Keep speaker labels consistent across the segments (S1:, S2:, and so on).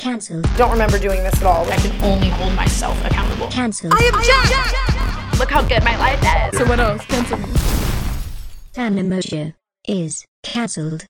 S1: Cancel.
S2: Don't remember doing this at all.
S3: I can only hold myself accountable.
S1: Cancel.
S3: Look how good my life is.
S4: So what else? Cancel me.
S1: Tanimojo is cancelled.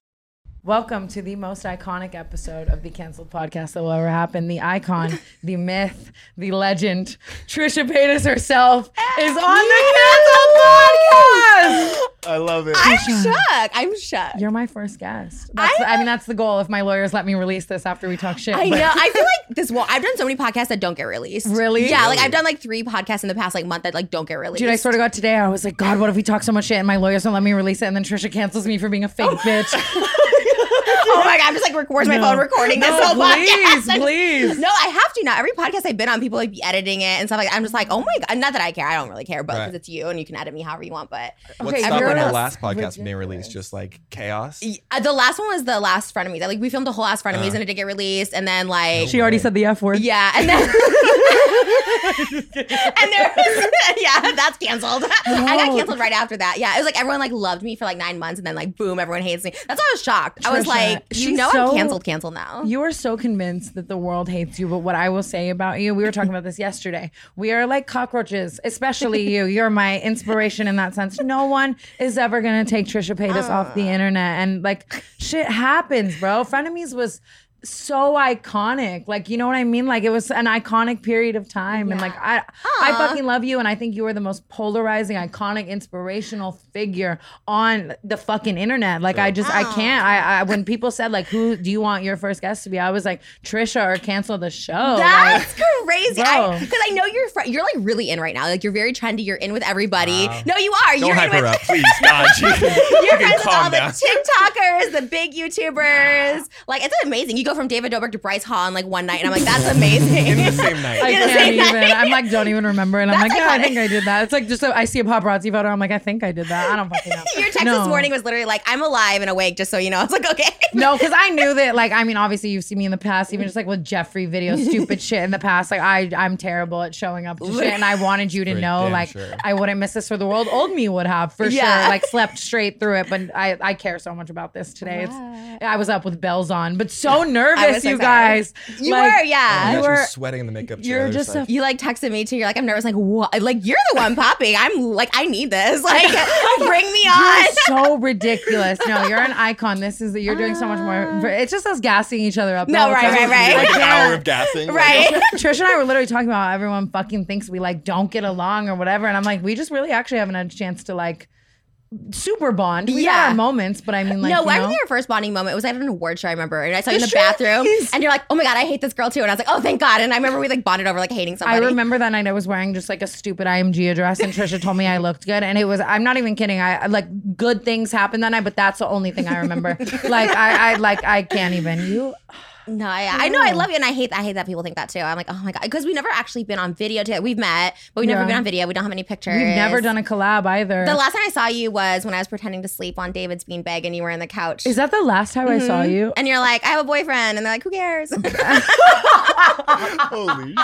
S5: Welcome to the most iconic episode of the canceled podcast that will ever happen. The icon, the myth, the legend, Trisha Paytas herself is on the canceled podcast.
S6: I love it.
S2: I'm shook. I'm shook.
S5: You're my first guest. That's I, mean, that's the goal. If my lawyers let me release this after we talk shit,
S2: I
S5: but-
S2: know. I feel like this. Well, I've done so many podcasts that don't get released.
S5: Really?
S2: Yeah. Like I've done like three podcasts in the past like month that like don't get released.
S5: Dude, I swear to God, today I was like, God, what if we talk so much shit and my lawyers don't let me release it? And then Trisha cancels me for being a fake bitch.
S2: oh my god, I'm just like, rec- where's my
S5: No.
S2: phone recording this
S5: No,
S2: whole
S5: please,
S2: podcast?
S5: please.
S2: No, I have to now. Every podcast I've been on, people like be editing it and stuff like. I'm just like, oh my god. Not that I care. I don't really care, but
S6: Right.
S2: because it's you and you can edit me however you want. But
S6: What's
S5: Okay,
S6: stopping
S5: you're
S6: our
S5: a-
S6: last podcast from being released? Just like chaos.
S2: Uh, the last one was the last frenemies. Like we filmed the whole last
S6: Uh-huh.
S2: frenemies and it did get released, and then like
S5: she already said the F word.
S2: Yeah, and then and there was yeah, that's canceled. I got canceled right after that. Yeah, it was like everyone like loved me for like nine months, and then like boom, everyone hates me. That's why I was shocked. I was
S5: Trisha,
S2: like, you
S5: she's
S2: know,
S5: so-
S2: I'm canceled, canceled now.
S5: You are so convinced that the world hates you, but what I will say about you, we were talking about this yesterday. We are like cockroaches, especially you. You're my inspiration in that sense. No one is ever gonna take Trisha Paytas off the internet, and like shit happens, bro. Frenemies was so iconic, like you know what I mean. Like it was an iconic period of time, and like I, I fucking love you, and I think you are the most polarizing, iconic, inspirational figure on the fucking internet. Like I just, I can't. I, I when people said like, who do you want your first guest to be? I was like Trisha or cancel the show. Like,
S2: That's crazy. Because
S5: Bro.
S2: I, 'cause I know you're fr- you're like really in right now. Like you're very trendy. You're in with everybody. No, you are.
S6: Don't
S2: you're
S6: hype
S2: in with,
S6: her up, please, God. You can, you can
S2: You're friends with all
S6: calm
S2: the
S6: down.
S2: TikTokers, the big YouTubers. Like it's amazing. You go from David Dobrik to Bryce Hall in like one night, and I'm like, that's amazing.
S6: In the same night.
S5: I
S2: You're the
S5: can't
S2: same
S5: even. I'm like, don't even remember. And I'm
S2: That's
S5: like, yeah, I
S2: iconic.
S5: think I did that. It's like just a, I see a paparazzi photo. I'm like, I think I did that. I don't fucking know.
S2: Your text
S5: No.
S2: this morning was literally like, I'm alive and awake, just so you know. I was like, okay.
S5: No, because I knew that. Like, I mean, obviously, you've seen me in the past, even just like with Jeffrey videos, stupid shit in the past. Like, I I'm terrible at showing up to shit, and I wanted you to
S6: For
S5: know,
S6: damn
S5: like,
S6: sure.
S5: I wouldn't miss this for the world. Old me would have for
S2: Yeah.
S5: sure. Like, slept straight through it, but I I care so much about this today. It's I was up with bells on, but so nervous,
S2: so
S5: you
S2: excited.
S5: guys.
S2: You
S5: Like,
S2: were, yeah.
S6: you
S5: You were-
S6: are sweating in the makeup chair.
S5: you're
S6: There's,
S5: just a-
S2: You like texted me too. You're like, I'm nervous. Like, what? Like, you're the one popping. I'm like, I need this. Like, bring me on.
S5: You're so ridiculous. No, you're an icon. This is you're doing so much more. It's just us gassing each other up. the
S2: Ah. No,
S5: whole
S2: right,
S5: time.
S2: right, right.
S6: like an
S5: I
S6: hour
S5: can't.
S6: of gassing. like, oh,
S2: Right.
S5: Trish and I were literally talking about how everyone fucking thinks we like don't get along or whatever, and I'm like, we just really actually haven't had a chance to like super bond. We
S2: Yeah.
S5: had our moments, but I mean, like,
S2: no,
S5: you
S2: I
S5: know?
S2: remember our first bonding moment. It was at an award show, I remember. And I saw you in the
S5: sure
S2: bathroom.
S5: is.
S2: And you're like, oh my God, I hate this girl too. And I was like, oh, thank God. And I remember we like bonded over like hating somebody.
S5: I remember that night I was wearing just like a stupid IMG dress, and Trisha told me I looked good, and it was. I'm not even kidding. I like good things happened that night, but that's the only thing I remember. like I, I like I can't even. You
S2: No, I, I know I love you, and I hate I hate that people think that too. I'm like, oh my god, because we've never actually been on video together. We've met, but we've never
S5: Yeah.
S2: been on video. We don't have any pictures.
S5: we've never done a collab either.
S2: The last time I saw you was when I was pretending to sleep on David's beanbag, and you were on the couch.
S5: Is that the last time I saw you?
S2: and you're like, I have a boyfriend, and they're like, who cares? That's
S6: Holy shit.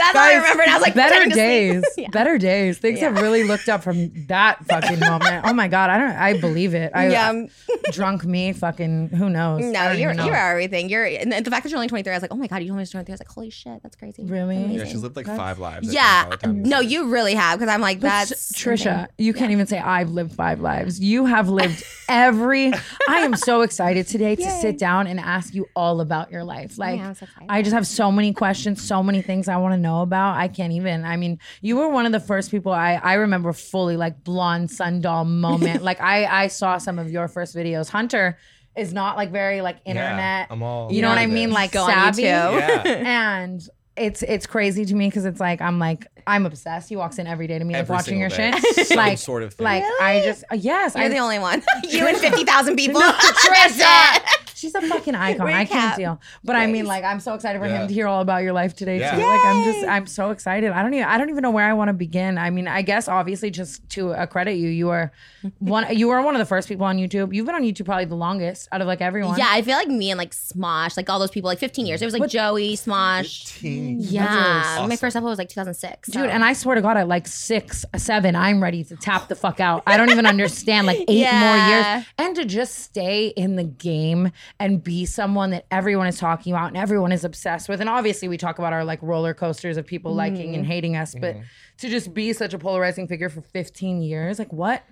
S2: all I remember. And I was like,
S5: better
S2: pretending to sleep.
S5: days, better days. Things have really looked up from that fucking moment. Oh my god, I don't, I believe it. I,
S2: Yeah.
S5: drunk me, fucking, who knows? I
S2: No,
S5: don't
S2: you're
S5: even know.
S2: you're everything. You're and the fact that you're only 23. I was like, oh my god, you told me you're 23. I was like, holy shit, that's crazy.
S5: Really? Yeah,
S6: Yeah,
S2: Amazing.
S6: she's lived like five lives. I
S2: yeah.
S6: think, by the time this-
S2: No, you really have because I'm like,
S5: But
S2: that's
S5: Trisha. You can't even say I've lived five lives. You have lived every. I am so excited today to sit down and ask you all about your life. Like
S2: I'm so excited.
S5: I just have so many questions, so many things I want to know about. I can't even. I mean, you were one of the first people I I remember fully like blonde sundoll moment. like I I saw some of your first videos. Hunter is not like very like internet.
S6: I'm all
S5: you know what
S6: about
S5: I mean?
S6: this.
S5: Like
S2: Go on
S5: savvy
S2: YouTube.
S6: Yeah.
S5: and it's it's crazy to me because it's like I'm like I'm obsessed. He walks in every day to me like
S6: Every
S5: watching your
S6: single day.
S5: shit,
S6: Some
S5: like
S6: sort of thing.
S5: like I just uh, yes,
S2: You're
S5: I,
S2: the only one. you and 50,000 people.
S5: Trisha. She's a fucking icon. I can't
S2: Recap.
S5: deal. But I mean, like, I'm so excited for
S6: Yeah.
S5: him to hear all about your life today
S6: Yeah.
S5: too. Like, I'm just, I'm so excited. I don't even, I don't even know where I want to begin. I mean, I guess obviously just to accredit you, you are one, you are one of the first people on YouTube. You've been on YouTube probably the longest out of like everyone.
S2: Yeah, I feel like me and like Smosh, like all those people, like 15 years. It was like Joey, Smosh.
S6: Teen-
S2: Yeah, my
S6: awesome.
S2: first upload was like 2006.
S5: Dude, and I swear to God, at like six, seven, I'm ready to tap the fuck out. I don't even understand. Like eight
S2: Yeah.
S5: more years. And to just stay in the game and be someone that everyone is talking about and everyone is obsessed with. And obviously, we talk about our like roller coasters of people liking and hating us, but to just be such a polarizing figure for 15 years, like what?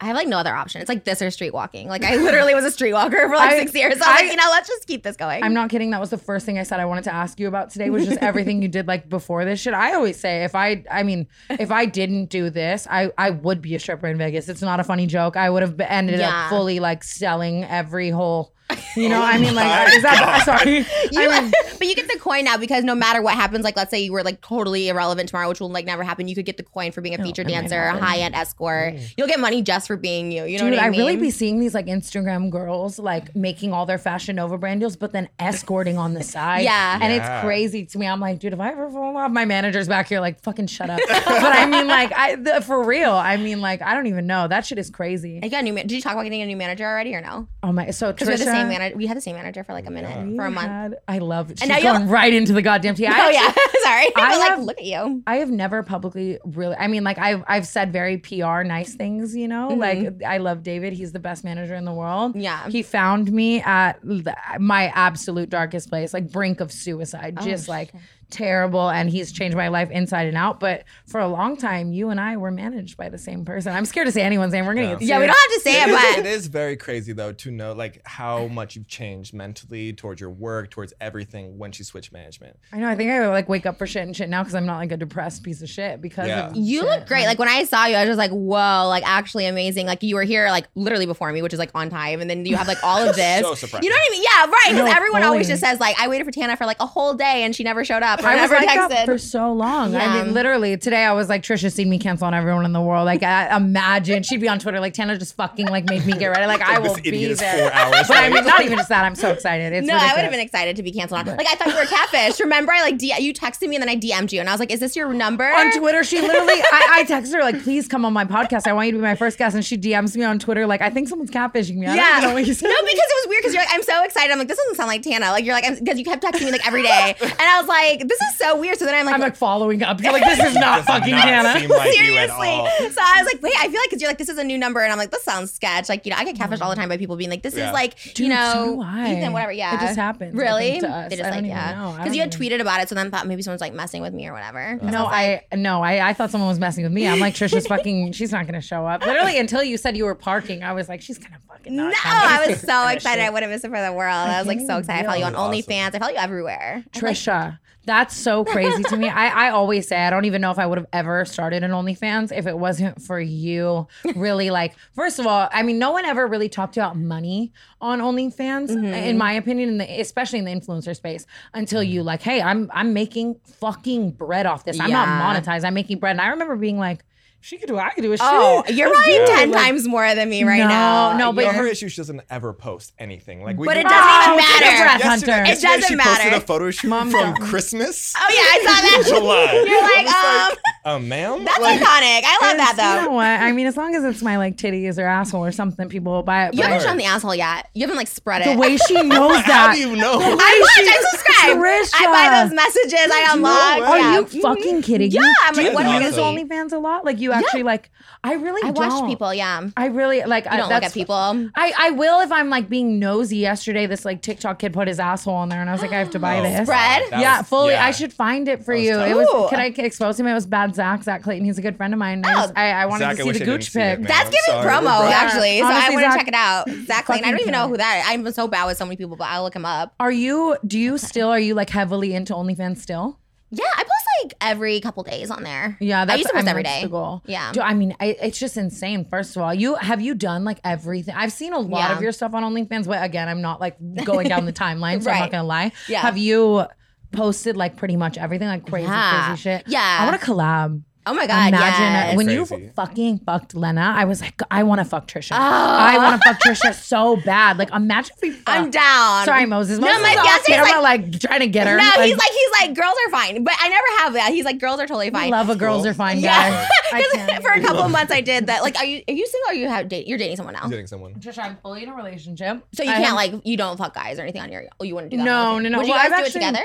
S2: I have like no other option. It's like this or street walking. Like I literally was a street walker for like
S5: I-
S2: six years. So I was
S5: I-
S2: like, you know, let's just keep this going.
S5: I'm not kidding. That was the first thing I said I wanted to ask you about today was just everything you did like before this shit. I always say if I I mean, if I didn't do this, I I would be a stripper in Vegas. It's not a funny joke. I would have be- ended
S2: Yeah.
S5: up fully like selling every whole you know, I mean like is that sorry.
S2: You-
S5: I mean,
S2: but you get the coin now because no matter what happens, like let's say you were like totally irrelevant tomorrow, which will like never happen. You could get the coin for being a featured
S5: Oh, it might
S2: dancer, a
S5: happen. Mm.
S2: high end escort. You'll get money just for being you. You know
S5: Dude,
S2: what I,
S5: I,
S2: mean?
S5: really be seeing these like Instagram girls like making all their Fashion Nova brand deals, but then escorting on the side.
S2: Yeah.
S5: And
S6: Yeah.
S5: it's crazy to me. I'm like, dude, if I ever fall off, my manager's back here, like, fucking shut up. but I mean, like, I the, for real, I mean, like, I don't even know. That shit is
S2: I
S5: crazy.
S2: got a new. Man- Did you talk about getting a new manager already or no?
S5: Oh my, so
S2: Because we're the
S5: Trisha-
S2: same manager. We had the same manager for like a minute,
S5: we
S2: for a month.
S5: had- I love it. She's
S2: now you're-
S5: going right into the goddamn tea. I
S2: oh
S5: actually-
S2: yeah, sorry. I
S5: I
S2: but, like,
S5: have-
S2: look at you.
S5: I have never publicly really. I mean, like I've I've said very PR nice things, you know. Like I love David; he's the best manager in the world.
S2: Yeah.
S5: he found me at the, my absolute darkest place, like brink of suicide, just like terrible. And he's changed my life inside and out. But for a long time, you and I were managed by the same person. I'm scared to say anyone's name. We're gonna get
S2: Yeah, we
S5: sued.
S2: don't have to say
S6: It is-
S2: it,
S6: it is very crazy though to know like how much you've changed mentally towards your work, towards everything when she switched management.
S5: I know. I think I like wake up for shit and shit now because I'm not like a depressed piece of shit because
S6: Yeah.
S5: of
S2: but you look great. Like when I saw you, I was just like, whoa, like actually amazing. Like you were here like literally before me, which is like on time, and then you have like all of this.
S6: So surprised.
S2: You know what I mean? Yeah, right. Because
S5: No,
S2: everyone always
S5: fully.
S2: just says like, I waited for Tana for like a whole day and she never showed up. Or
S5: I was
S2: never
S5: like that
S2: texted.
S5: for so long.
S2: Yeah.
S5: I mean, literally today I was like, Trisha seen me cancel on everyone in the world. Like, I, imagine she'd be on Twitter like, Tana just fucking like made me get ready. Like, I will
S6: this idiot
S5: be
S6: is
S5: there.
S6: four hours.
S5: But I mean,
S6: late.
S5: not even just that. I'm so excited. It's
S2: no, I would have
S5: ridiculous.
S2: been excited to be canceled on. Like I thought you were catfish. Remember, I like D- you texted me and then I DM'd you and I was like, "Is this your number?"
S5: on Twitter, she literally, I, I texted her like, "Please come on my podcast. I want you to be my first guest." And she DMs me on Twitter like, "I think someone's catfishing me." I
S2: Yeah.
S5: don't even know what you said.
S2: No, because it was weird because you're like, I'm so excited. I'm like, this doesn't sound like Tana. Like you're like, because you kept texting me like every day, and I was like, this is so weird. So then I'm like,
S5: I'm like following up. You're like, "This is not
S6: Does not
S5: fucking Hannah."
S6: seem like you at
S2: seriously.
S6: all.
S2: So I was like, wait, I feel like because you're like, this is a new number, and I'm like, this sounds sketch. Like you know, I get catfished all the time by people being like, this
S6: Mm. Yeah.
S2: is like, you
S5: Dude, so
S2: know,
S5: do I.
S2: Ethan, whatever.
S5: It
S2: Yeah,
S5: just happens, I
S2: Really?
S5: think, to us.
S2: They just
S5: I
S2: like
S5: don't even know.
S2: yeah,
S5: I
S2: because
S5: don't
S2: you had
S5: even-
S2: tweeted about it, so then thought maybe someone's like messing with me or whatever.
S5: No, I no, I, I thought someone was messing with me. I'm like Trisha's fucking. She's not gonna show up. Literally until you said you were parking, I was like, she's gonna fucking.
S2: No,
S5: Not coming.
S2: I was
S5: She's
S2: so
S5: gonna
S2: excited.
S5: show
S2: I
S5: up.
S2: wouldn't miss it for the world. I was like so excited. I followed you on
S6: That was
S2: OnlyFans. I followed you everywhere.
S5: Trisha, that's so crazy to me. I, I always say I don't even know if I would have ever started an OnlyFans if it wasn't for you. Really, like first of all, I mean, no one ever really talked about money on OnlyFans,
S2: Mm-hmm.
S5: in my opinion, in the, especially in the influencer space, until you like, hey, I'm I'm making fucking bread off this. I'm
S2: Yeah.
S5: not monetized. I'm making bread, and I remember being like. She could do. it, I could do a
S2: Oh,
S5: shit.
S2: you're
S5: Let's
S2: probably
S5: do it.
S2: ten
S5: Like,
S2: times more than me right
S5: no,
S2: now.
S5: no,
S6: But
S5: but
S6: her issue is she doesn't ever post anything. Like we
S2: But it
S6: go-
S2: doesn't even
S5: Oh, take a
S2: matter.
S5: breath,
S6: Yesterday,
S5: Hunter.
S6: yesterday
S2: It doesn't
S6: she
S2: matter.
S6: posted a photo shoot from Christmas.
S2: Oh yeah, I saw that.
S6: July.
S2: You're like,
S6: I was
S2: um,
S6: like, um, ma'am.
S2: That's
S6: Like,
S2: iconic. I love
S5: You
S2: that
S5: know
S2: though.
S5: what? I mean, as long as it's my like titties or asshole or something, people will buy it.
S2: You
S5: but-
S2: haven't shown the asshole yet. You haven't like spread it.
S5: the way she knows
S6: how
S5: that.
S6: do you know?
S2: I watch. I subscribe. I buy
S5: Trisha.
S2: those messages. I unlock.
S6: way.
S5: Are
S2: yeah.
S5: Oh, you fucking kidding
S2: Yeah,
S5: me?
S2: I'm
S5: Do
S2: like,
S5: you
S6: what
S5: use
S6: is it?
S5: OnlyFans a lot? Like you actually like? I really.
S2: I watch
S5: don't.
S2: people. Yeah. You
S5: I really like. I
S2: don't look
S5: that's-
S2: at people.
S5: I, I will if I'm like being nosy. Yesterday, this like TikTok kid put his asshole on there, and I was like, I have to buy
S6: Oh,
S5: this.
S2: Spread?
S6: that
S5: yeah,
S6: was-
S5: fully.
S6: yeah.
S5: I should find it for
S6: That was
S5: you.
S6: tough.
S5: It was.
S2: Ooh.
S5: Can I expose him? It was bad Zach. Zach Clayton. He's a good friend of mine. and I, just- I, I wanted
S6: Zach, I
S5: to see
S6: wish
S5: the
S6: I didn't
S5: Gooch
S6: see it,
S5: pic.
S6: man. I'm
S2: That's giving
S6: sorry.
S2: promo,
S6: Bro.
S2: actually.
S5: Honestly,
S2: So I want to
S5: Zach-
S2: check it out. Zach Lane. I don't
S5: Fucking
S2: even know
S5: killer.
S2: who that. Is. I'm so bad with so many people, but I'll look him up.
S5: Are you? Do you still? Are you like heavily into OnlyFans still?
S2: Yeah, I post like every couple days on there.
S5: Yeah, that's
S2: I used to post
S5: I'm-
S2: every
S5: that's
S2: day.
S5: The goal.
S2: Yeah.
S5: Do- I mean, I, it's just insane. First of all, you have you done like everything. I've seen a lot
S2: Yeah.
S5: of your stuff on OnlyFans, but again, I'm not like going down the timeline, so I'm
S2: Right.
S5: not gonna lie.
S2: Yeah.
S5: Have you posted like pretty much everything, like crazy,
S2: Yeah.
S5: crazy shit?
S2: Yeah.
S5: I want to collab.
S2: Oh my god!
S5: Imagine
S2: yes.
S5: when you
S6: Crazy.
S5: fucking fucked Lena. I was like, I want to fuck Trisha. I want to fuck Trisha so bad. Like, imagine if we. Fuck.
S2: Ah. I'm down.
S5: Sorry, Moses. Moses
S2: my
S5: is off
S2: fiance's
S5: camera,
S2: like-
S5: like trying to get her.
S2: No, he's like he's like girls are fine, but I never have that. He's like girls are totally
S5: I
S2: fine.
S5: love a girls are fine guy.
S2: Yeah,
S5: I
S2: because
S5: can't.
S2: for a couple months I did that. Like, are you are you single? Or you have date? You're dating someone now,
S6: I'm dating someone.
S5: Trisha, I'm fully in a relationship.
S2: so you
S5: I
S2: can't
S5: have-
S2: like you don't fuck guys or anything on your. Oh, you wouldn't do that.
S5: No,
S2: on OnlyFans.
S5: no, no.
S2: Would you
S5: Well,
S2: guys
S5: I've
S2: do
S5: actually-
S2: it together?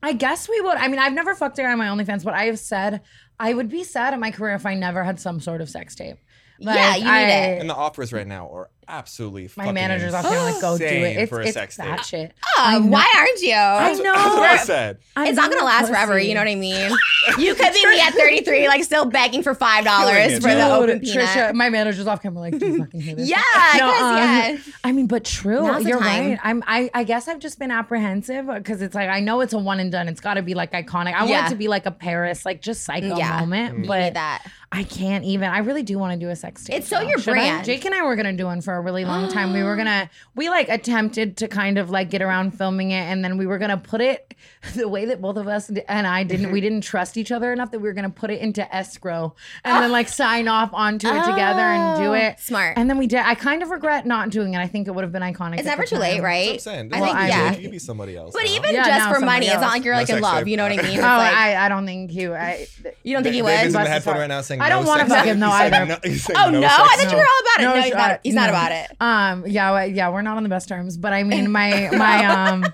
S5: I guess we would. I mean, I've never fucked a guy on my OnlyFans, but I have said I would be sad in my career if I never had some sort of sex tape.
S2: Yeah, you need
S5: I-
S2: it.
S6: And the offers right now are absolutely.
S5: My
S6: fucking
S5: manager's off here like, go do
S6: insane
S5: it. It's,
S6: for a
S5: it's
S6: sex
S5: that
S6: tape.
S5: shit.
S2: Oh, why aren't you?
S6: That's, That's what I said.
S5: I
S2: it's not gonna
S5: love
S2: last forever.
S5: pussy.
S2: You know what I mean? You could be me at 33, like still begging for five dollars
S6: Dude,
S2: for the open
S5: Dude,
S2: peanut.
S5: Trisha, my manager's off camera like, do you fucking hear this?
S2: Yeah,
S5: No,
S2: because
S5: um,
S2: yeah.
S5: I mean, but true.
S2: Now's the
S5: You're
S2: time.
S5: right. I'm. I, I guess I've just been apprehensive because it's like I know it's a one and done. It's got to be like iconic. I want
S2: Yeah.
S5: it to be like a Paris, like just psycho
S2: Yeah.
S5: moment.
S6: Mm.
S2: You
S5: But
S2: need that.
S5: I can't even. I really do want to do a sex tape.
S2: It's so
S5: though.
S2: your
S5: Should I?
S2: brand.
S5: Jake and I were gonna do one for a really long time. We were gonna. We like attempted to kind of like get around filming it, and then we were gonna put it the way that both of us d- and I didn't. we didn't trust each other enough that we were gonna put it into escrow and then like sign off onto it together and do
S2: Oh,
S5: it.
S2: smart.
S5: And then we did. I kind of regret not doing it. I think it would have been iconic.
S2: It's
S5: at
S2: never
S5: the
S2: too
S5: time.
S2: late,
S6: That's what
S2: right?
S6: I'm saying.
S2: I
S6: Well,
S2: think
S6: I
S2: yeah.
S6: mean, you could be somebody else.
S2: But
S6: now.
S2: even
S5: Yeah,
S2: just
S5: now
S2: for
S5: somebody
S2: money, it's not
S5: else.
S2: like you're like
S6: No
S2: in
S6: sex
S2: love.
S6: tape.
S2: You know what I mean? It's
S5: Oh,
S2: like,
S5: I, I don't think you. I,
S2: you don't think he
S6: Ba- Baby's
S2: was?
S5: Bless
S6: in the
S5: his
S6: headphone
S5: heart.
S6: right now saying
S5: I don't
S6: no
S5: wanna
S6: sex
S5: fuck
S6: tape.
S5: him, no,
S6: He's saying
S5: either.
S6: no- he's saying
S2: Oh no,
S6: sex
S2: I
S6: tape.
S2: thought you were all about it. No,
S5: No,
S2: he's
S5: sh-
S2: not. He's not
S5: no.
S2: about it.
S5: Um, yeah, well, yeah, we're not on the best terms, but I mean, my my um,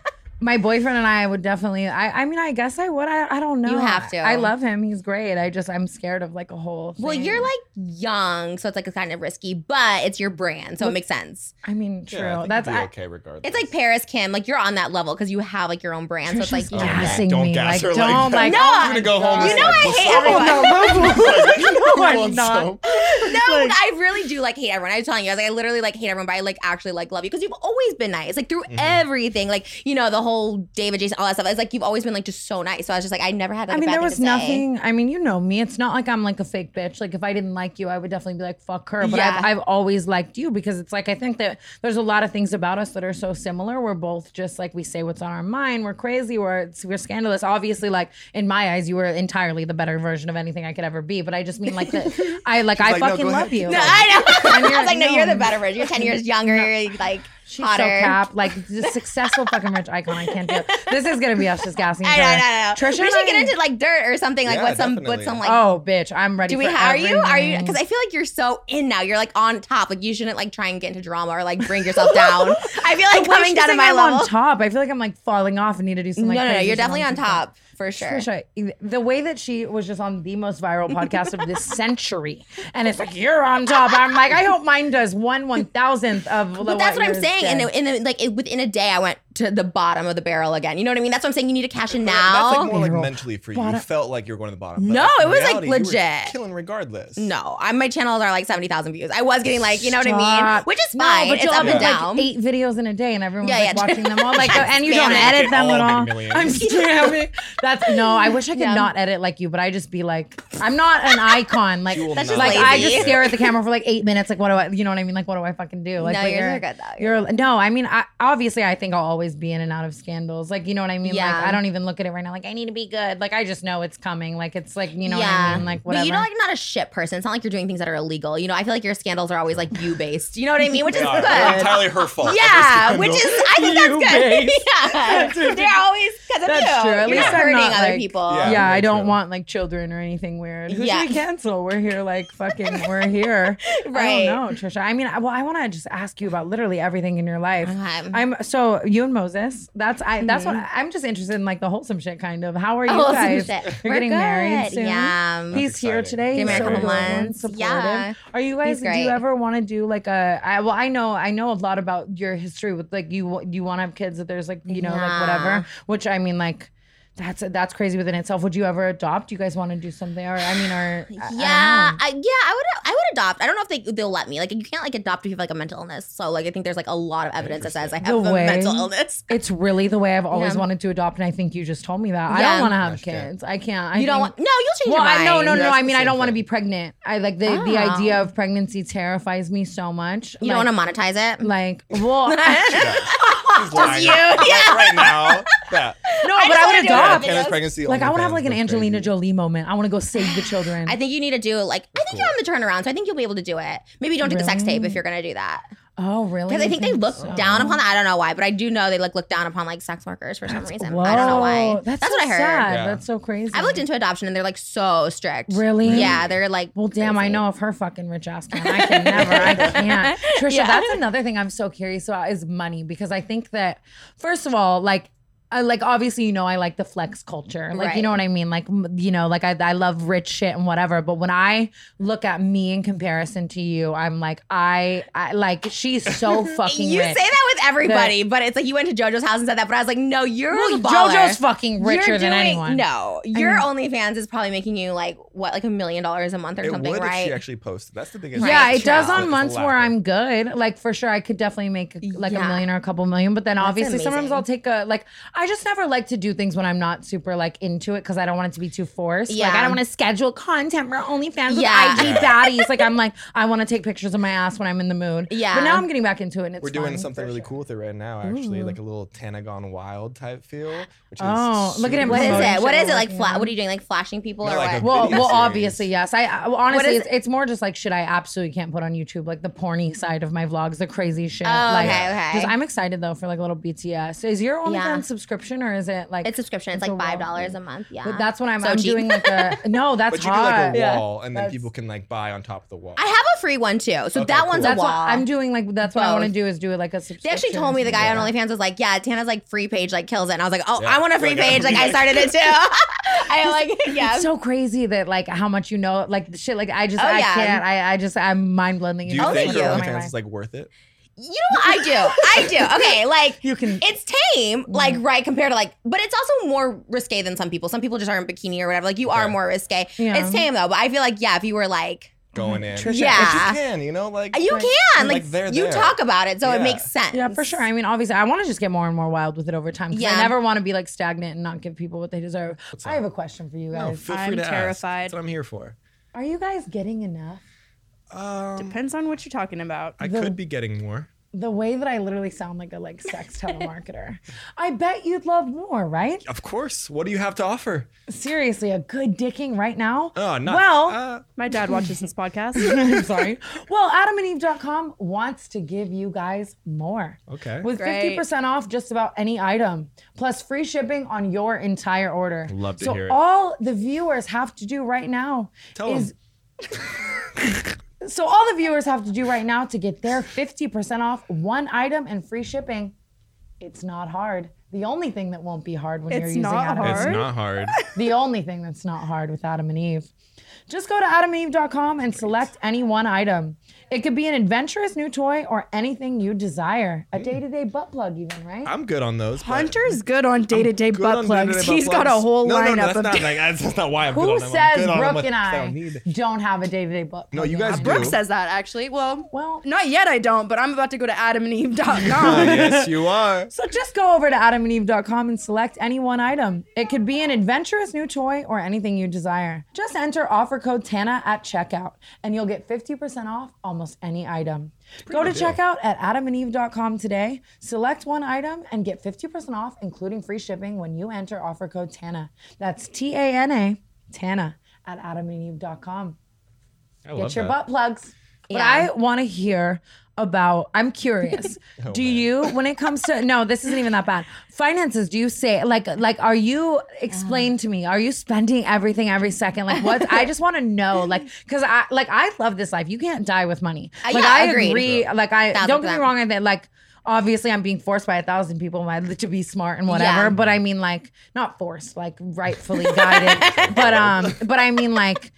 S5: my boyfriend and I would definitely. I, I mean, I guess I would. I, I don't know.
S2: You have to.
S5: I love him. He's great. I just I'm scared of like a whole.
S2: Well,
S5: thing.
S2: you're like young, so it's like it's kind of risky, but it's your brand, so it makes sense.
S5: I mean, true.
S6: Yeah, I think
S5: That's
S6: you'd be
S5: I,
S6: okay regardless.
S2: It's like Paris Kim, like you're on that level because you have like your own brand, so it's like
S5: Trisha's
S2: you
S6: Oh,
S2: have
S6: yeah.
S2: that.
S5: gassing
S6: Don't
S5: me.
S6: gas
S5: Like,
S6: her
S5: don't
S6: like
S5: like.
S6: that.
S5: oh
S2: No,
S6: I'm gonna go home.
S2: You know I hate everyone.
S5: No, I'm
S6: I'm
S5: not.
S2: No, I really do like hate everyone. I was telling you, I was like, I literally like hate everyone, but I like actually like love you because you've always been nice. Like through everything, like you know the whole David Jason, all that stuff. It's like you've always been like just so nice. So I was just like, I never had. Like,
S5: I
S2: a
S5: mean,
S2: bad
S5: there
S2: thing
S5: was
S2: to say.
S5: nothing. I mean, you know me. It's not like I'm like a fake bitch. Like, if I didn't like you, I would definitely be like, fuck her. But
S2: Yeah.
S5: I've, I've always liked you because it's like, I think that there's a lot of things about us that are so similar. We're both just like, we say what's on our mind. We're crazy. We're, it's, we're scandalous. Obviously, like, in my eyes, you were entirely the better version of anything I could ever be. But I just mean, like, that I, like, I
S6: like, "No,
S5: fucking
S6: go
S5: love
S6: ahead."
S5: you.
S2: No,
S5: Like,
S2: I know.
S5: And
S2: I
S5: you're-
S2: was like, no,
S5: no.
S2: you're the better version. You're ten years younger. You're like
S5: She's
S2: hotter.
S5: so cap, like the successful fucking rich icon. I can't do it. This is gonna be us just gassing.
S2: I
S5: each
S2: know,
S5: other.
S2: I know, I know.
S5: Trisha
S2: we
S5: and
S2: should get
S5: I-
S2: into like dirt or something. Like
S6: Yeah,
S2: what some, what
S6: definitely.
S2: some like.
S5: oh, bitch, I'm ready.
S2: Do we
S5: for
S2: hire you? Are you?
S5: everything.
S2: Because I feel like you're so in now. You're like on top. Like you shouldn't like try and get into drama or like bring yourself down. I feel like
S5: Why
S2: coming
S5: she's
S2: down to
S5: saying
S2: my
S5: I'm
S2: level.
S5: on top. I feel like I'm like falling off and need to do
S2: No,
S5: something.
S2: no, no.
S5: crazy
S2: You're
S5: shit
S2: definitely on
S5: TikTok.
S2: top for sure.
S5: Trisha, the way that she was just on the most viral podcast of this century, and it's like you're on top. I'm like, I hope mine does one one thousandth of.
S2: But that's what I'm saying. And in the, like it, within a day, I went to the bottom of the barrel again. You know what I mean? That's what I'm saying. You need to cash in now.
S6: That's like more like
S5: Barrel.
S6: mentally for you. You
S5: Bottom.
S6: felt like you were going to the bottom. but,
S2: No, it was,
S6: in
S2: like,
S6: reality, you were
S2: legit.
S6: killing regardless.
S2: no, I, my channels are like seventy thousand views. I was getting like, you know what I mean?
S5: Stop.
S2: Which is
S5: No,
S2: fine.
S5: but
S2: it's
S5: you'll
S2: up
S5: upload, like,
S2: and down.
S5: eight videos in a day, and everyone's
S2: Yeah,
S5: like
S2: yeah.
S5: watching them all. Like, and you don't
S2: Spam it.
S5: edit them
S6: All
S5: at
S6: big
S5: all.
S6: millions.
S5: I'm spamming. That's no. I wish I could not edit like you, but I just be like, I'm not an icon. Like,
S6: You will That's
S2: just
S5: like
S2: lazy.
S5: I just stare at the camera for like eight minutes. Like, what do I? You know what I mean? Like, what do I fucking do? Like,
S2: No,
S5: but
S2: yours
S5: you're-
S2: are good, though.
S5: You're no. I mean, I, obviously, I think I'll always be in and out of scandals. Like, you know what I mean?
S2: Yeah.
S5: Like, I don't even look at it right now. Like, I need to be good. Like, I just know it's coming. Like, it's like you know what I mean? Like, whatever.
S2: But you know, like not a shit person. It's not like you're doing things that are illegal. You know, I feel like your scandals are always like you based. You know what I mean? Which is
S6: They are.
S2: good.
S6: They're entirely her
S5: Oh,
S6: fault.
S2: Yeah,
S6: Every
S2: which is
S6: single-
S2: I think
S5: You-based.
S2: that's good. yeah, they're always because of
S5: That's
S2: you.
S5: true. At
S2: You're
S5: least
S2: not
S5: I'm
S2: hurting
S5: not,
S2: other
S5: like-
S2: people.
S6: Yeah.
S5: yeah, I
S6: that's
S5: don't
S6: true.
S5: want like children or anything weird. Who
S2: Yeah.
S5: should we cancel? We're here, like fucking, we're here.
S2: Right.
S5: I don't know, Trisha. I mean, I, well, I want to just ask you about literally everything in your life.
S2: Okay.
S5: I'm so you and Moses. That's I. That's what I'm just interested in, like the wholesome shit, kind of. How are you
S2: Mm-hmm. wholesome
S5: guys?
S2: shit.
S5: You're
S2: We're
S5: getting married
S2: good.
S5: soon.
S2: Yeah. That's
S5: He's here
S6: exciting.
S5: today.
S2: Getting
S5: He's
S2: married
S5: so
S2: in a couple
S5: adorable and
S2: months.
S5: supportive.
S2: Yeah.
S5: Are you guys?
S2: He's
S5: Do you
S2: great.
S5: ever want to do like a? I, well, I know, I know a lot about your history with like you. You want to have kids that there's like you know like
S2: Yeah.
S5: whatever. Which I mean like. That's that's crazy within itself. Would you ever adopt? Do you guys want to do something? Or I mean, or I- I don't
S2: Yeah,
S5: know.
S2: I, Uh, yeah, I would, I would adopt. I don't know if they they'll let me. Like, you can't like adopt if you have like a mental illness. So, like, I think there's like a lot of evidence that says I have
S5: The
S2: a
S5: way-
S2: mental illness.
S5: It's really the way I've always
S2: Yeah.
S5: wanted to adopt, and I think you just told me that. I
S2: Yeah.
S5: don't want to have
S6: Gosh, yeah.
S5: kids. I can't. I
S2: You don't
S5: think-
S2: want? No, you'll change
S5: Well,
S2: your
S5: I,
S2: mind.
S5: no, no, no.
S6: That's
S5: I
S6: the
S5: mean, I
S6: same
S5: don't want to
S6: thing.
S5: be pregnant. I like the the idea
S2: Oh.
S5: of pregnancy terrifies me so much.
S2: You
S5: like,
S2: don't want to monetize it.
S5: like well. I-
S6: She's lying.
S2: you, yeah.
S6: Right now. Yeah.
S5: No,
S2: I
S5: but
S2: just
S5: I
S2: wanna
S5: would
S2: do it.
S5: adopt.
S2: Videos.
S6: Kenneth pregnancy.
S5: Like I want to have
S6: OnlyFans
S5: like an
S6: look crazy.
S5: Angelina Jolie moment. I want to go save the children.
S2: I think you need to do like I think you're on the turnaround, so I think you'll be able to do it. Maybe don't do the sex tape if you're gonna do that
S5: oh, really?
S2: because I
S5: You
S2: think they look
S5: so?
S2: down upon. I don't know why, but I do know they like look down upon like sex workers for some reason.
S5: Whoa,
S2: I don't know why.
S5: That's,
S2: That's,
S5: so
S2: what I heard.
S5: Sad.
S6: Yeah.
S5: That's so crazy.
S2: I've looked into adoption and they're like so strict.
S5: Really?
S2: Yeah, they're like.
S5: Well, damn, I
S2: crazy.
S5: know if her fucking rich ass can. I can never. I can't. Trisha, that's another thing I'm so curious about is money because I think that, first of all, like, I like obviously you know I like the flex culture. Like you
S2: Right.
S5: know what I mean? Like m- you know like I I love rich shit and whatever, but when I look at me in comparison to you, I'm like I, I like she's so fucking
S2: You say
S5: rich.
S2: that with everybody, but it's like you went to JoJo's house and said that. But I was like, no, you're a baller.
S5: JoJo's fucking
S2: You're
S5: richer than
S2: doing-
S5: anyone.
S2: No, your OnlyFans is probably making you like what, like a million dollars a month or
S6: It
S2: something,
S6: would if
S2: right?
S6: she actually posted. That's the biggest.
S5: Yeah,
S2: Right,
S5: it does
S2: true.
S5: on
S6: It's a
S5: months
S6: lack
S5: where
S6: of-
S5: I'm good. Like for sure, I could definitely make like a
S2: Yeah.
S5: million or a couple million. But then obviously, sometimes
S2: amazing.
S5: I'll take a like. I just never like to do things when I'm not super like into it because I don't want it to be too forced. like I
S2: Yeah.
S5: don't want to schedule content for OnlyFans
S2: Yeah.
S5: with IG baddies. like I'm like I want to take pictures of my ass when I'm in the mood.
S2: Yeah.
S5: but now I'm getting back into it. And it's
S6: We're doing
S5: fun,
S6: something
S5: for
S6: really
S5: sure.
S6: cool with it right now, actually, like a little Tanagon Wild type feel. Which is
S5: Oh, look at him
S6: super
S2: What is
S5: promoting
S2: it? What
S5: shit
S2: is it
S5: we're
S2: like?
S5: working
S2: Fla-
S5: on.
S2: what are you doing? Like flashing people
S6: No,
S2: or
S6: like a
S2: what?
S5: Well,
S6: video
S5: well,
S6: series.
S5: obviously, yes. I, I well, honestly,
S2: is
S5: it's, it's more just like shit I absolutely can't put on YouTube, like the porny side of my vlogs, the crazy shit.
S2: Oh,
S5: like,
S2: okay, okay.
S5: Because I'm excited though for like a little BTS. Is your OnlyFans
S2: Yeah.
S5: subscription or is it like
S2: it's subscription. It's
S5: It's a
S2: like
S5: wall.
S2: five dollars a month. Yeah,
S5: But that's what I'm,
S2: So
S5: I'm
S2: cheap.
S5: doing. Like a no, that's
S6: But you do
S5: hot.
S6: like a wall, and then people can like buy on top of the wall.
S2: I have a free one too. So
S6: Okay,
S2: that one's
S5: That's
S2: a wall.
S5: what I'm doing. Like that's what I want to
S2: Both.
S5: do is do it like a subscription.
S2: They actually told me the guy
S5: Yeah.
S2: on OnlyFans was like, "Yeah, Tana's like free page like kills it," and I was like, "Oh,
S6: Yeah.
S2: I want a free
S6: Like, I-
S2: page. Like I started it too. I like yeah."
S5: It's so crazy that like how much you know, like the shit. Like I just,
S2: Oh,
S5: I
S2: yeah.
S5: can't. I, I just, I'm mind blending.
S6: Do you
S2: I'll
S6: think
S2: see
S6: your
S2: you.
S5: Oh
S6: OnlyFans is like worth it?
S2: You know what I do? I do. Okay, like
S5: You can-
S2: It's tame, like
S6: Mm.
S2: right compared to like, but it's also more risque than some people. Some people just are in bikini or whatever. Like you are
S6: Okay.
S2: more risque.
S5: Yeah.
S2: It's tame though, but I feel like yeah, if you were like,
S6: Going in,
S5: Trisha,
S2: Yeah.
S6: But you can, you know, like
S2: you can
S6: Like,
S2: like,
S6: they're
S2: you
S6: there. Oh,
S2: talk about it, so
S6: Yeah.
S2: it makes sense.
S5: Yeah, for sure. I mean, obviously, I want to just get more and more wild with it over time. 'cause I
S2: Yeah.
S5: never want to be like stagnant and not give people what they deserve. I have a question for you
S6: No,
S5: guys.
S6: feel free
S4: I'm
S6: to ask.
S4: terrified.
S6: That's what I'm here for.
S5: Are you guys getting enough?
S6: Um,
S4: Depends on what you're talking about.
S6: I could be getting more.
S5: The way that I literally sound like a like sex telemarketer. I bet you'd love more, right?
S6: Of course. What do you have to offer?
S5: Seriously, a good dicking right now?
S6: Oh, not
S5: Well-
S6: uh,
S4: My dad watches this podcast.
S5: I'm sorry. Well, adamandeve.com wants to give you guys more.
S6: Okay.
S5: With
S4: Great.
S5: 50% off just about any item, plus free shipping on your entire order.
S6: Love to
S5: so
S6: hear it.
S5: all the viewers have to do right now
S6: Tell
S5: is
S6: 'em.
S5: So all the viewers have to do right now to get their 50% off one item and free shipping. It's not hard. The only thing that won't be hard when
S4: It's
S5: you're using
S4: not
S5: Adam.
S4: hard.
S6: it's not hard.
S5: The only thing that's not hard with Adam and Eve. Just go to adamandeve.com and select any one item. It could be an adventurous new toy or anything you desire. A day-to-day butt plug even, right?
S6: I'm good on those. but-
S4: Hunter's good on day to day
S6: Good
S4: butt
S6: on
S4: plugs.
S6: day-to-day butt
S4: He's got a
S6: plugs.
S4: whole
S6: no,
S4: lineup
S6: No, no, that's
S4: of.
S6: not, like, that's just not why I'm good
S5: Who
S6: on them. I'm
S5: says
S6: good on them
S5: Brooke
S6: when
S5: and
S6: I don't
S5: I
S6: need it.
S5: don't have a day-to-day butt
S6: No,
S5: plug
S6: you
S5: in?
S6: guys
S5: I
S6: do.
S4: Brooke says that actually. Well,
S5: Well-
S4: not yet. I don't, but I'm about to go to
S6: Ah,
S4: AdamandEve.com.
S6: yes, you are.
S5: So just go over to adamandeve.com and select any one item. It could be an adventurous new toy or anything you desire. Just enter offer code TANA at checkout and you'll get 50% off almost any item. Go to
S6: good deal.
S5: checkout at adamandeve.com today, select one item and get 50% off including free shipping when you enter offer code TANA. That's T A N A TANA at adamandeve.com.
S6: I love
S5: Get your
S6: that.
S5: butt plugs. But
S2: Yeah.
S5: I want to hear about. I'm curious. do
S6: Oh, man.
S5: you, when it comes to no, this isn't even that bad. Finances? Do you say like like Are you explain to me? Are you spending everything every second? Like what? I just want to know. Like because I like I love this life. You can't die with money.
S2: Uh,
S5: Like
S2: yeah,
S5: I
S2: agreed.
S5: agree. Like I
S2: Thousand
S5: don't get me
S2: percent.
S5: wrong. I think like. Obviously, I'm being forced by a thousand people my- to be smart and whatever,
S2: Yeah.
S5: but I mean, like, not forced, like, rightfully guided. but um, but I mean, like,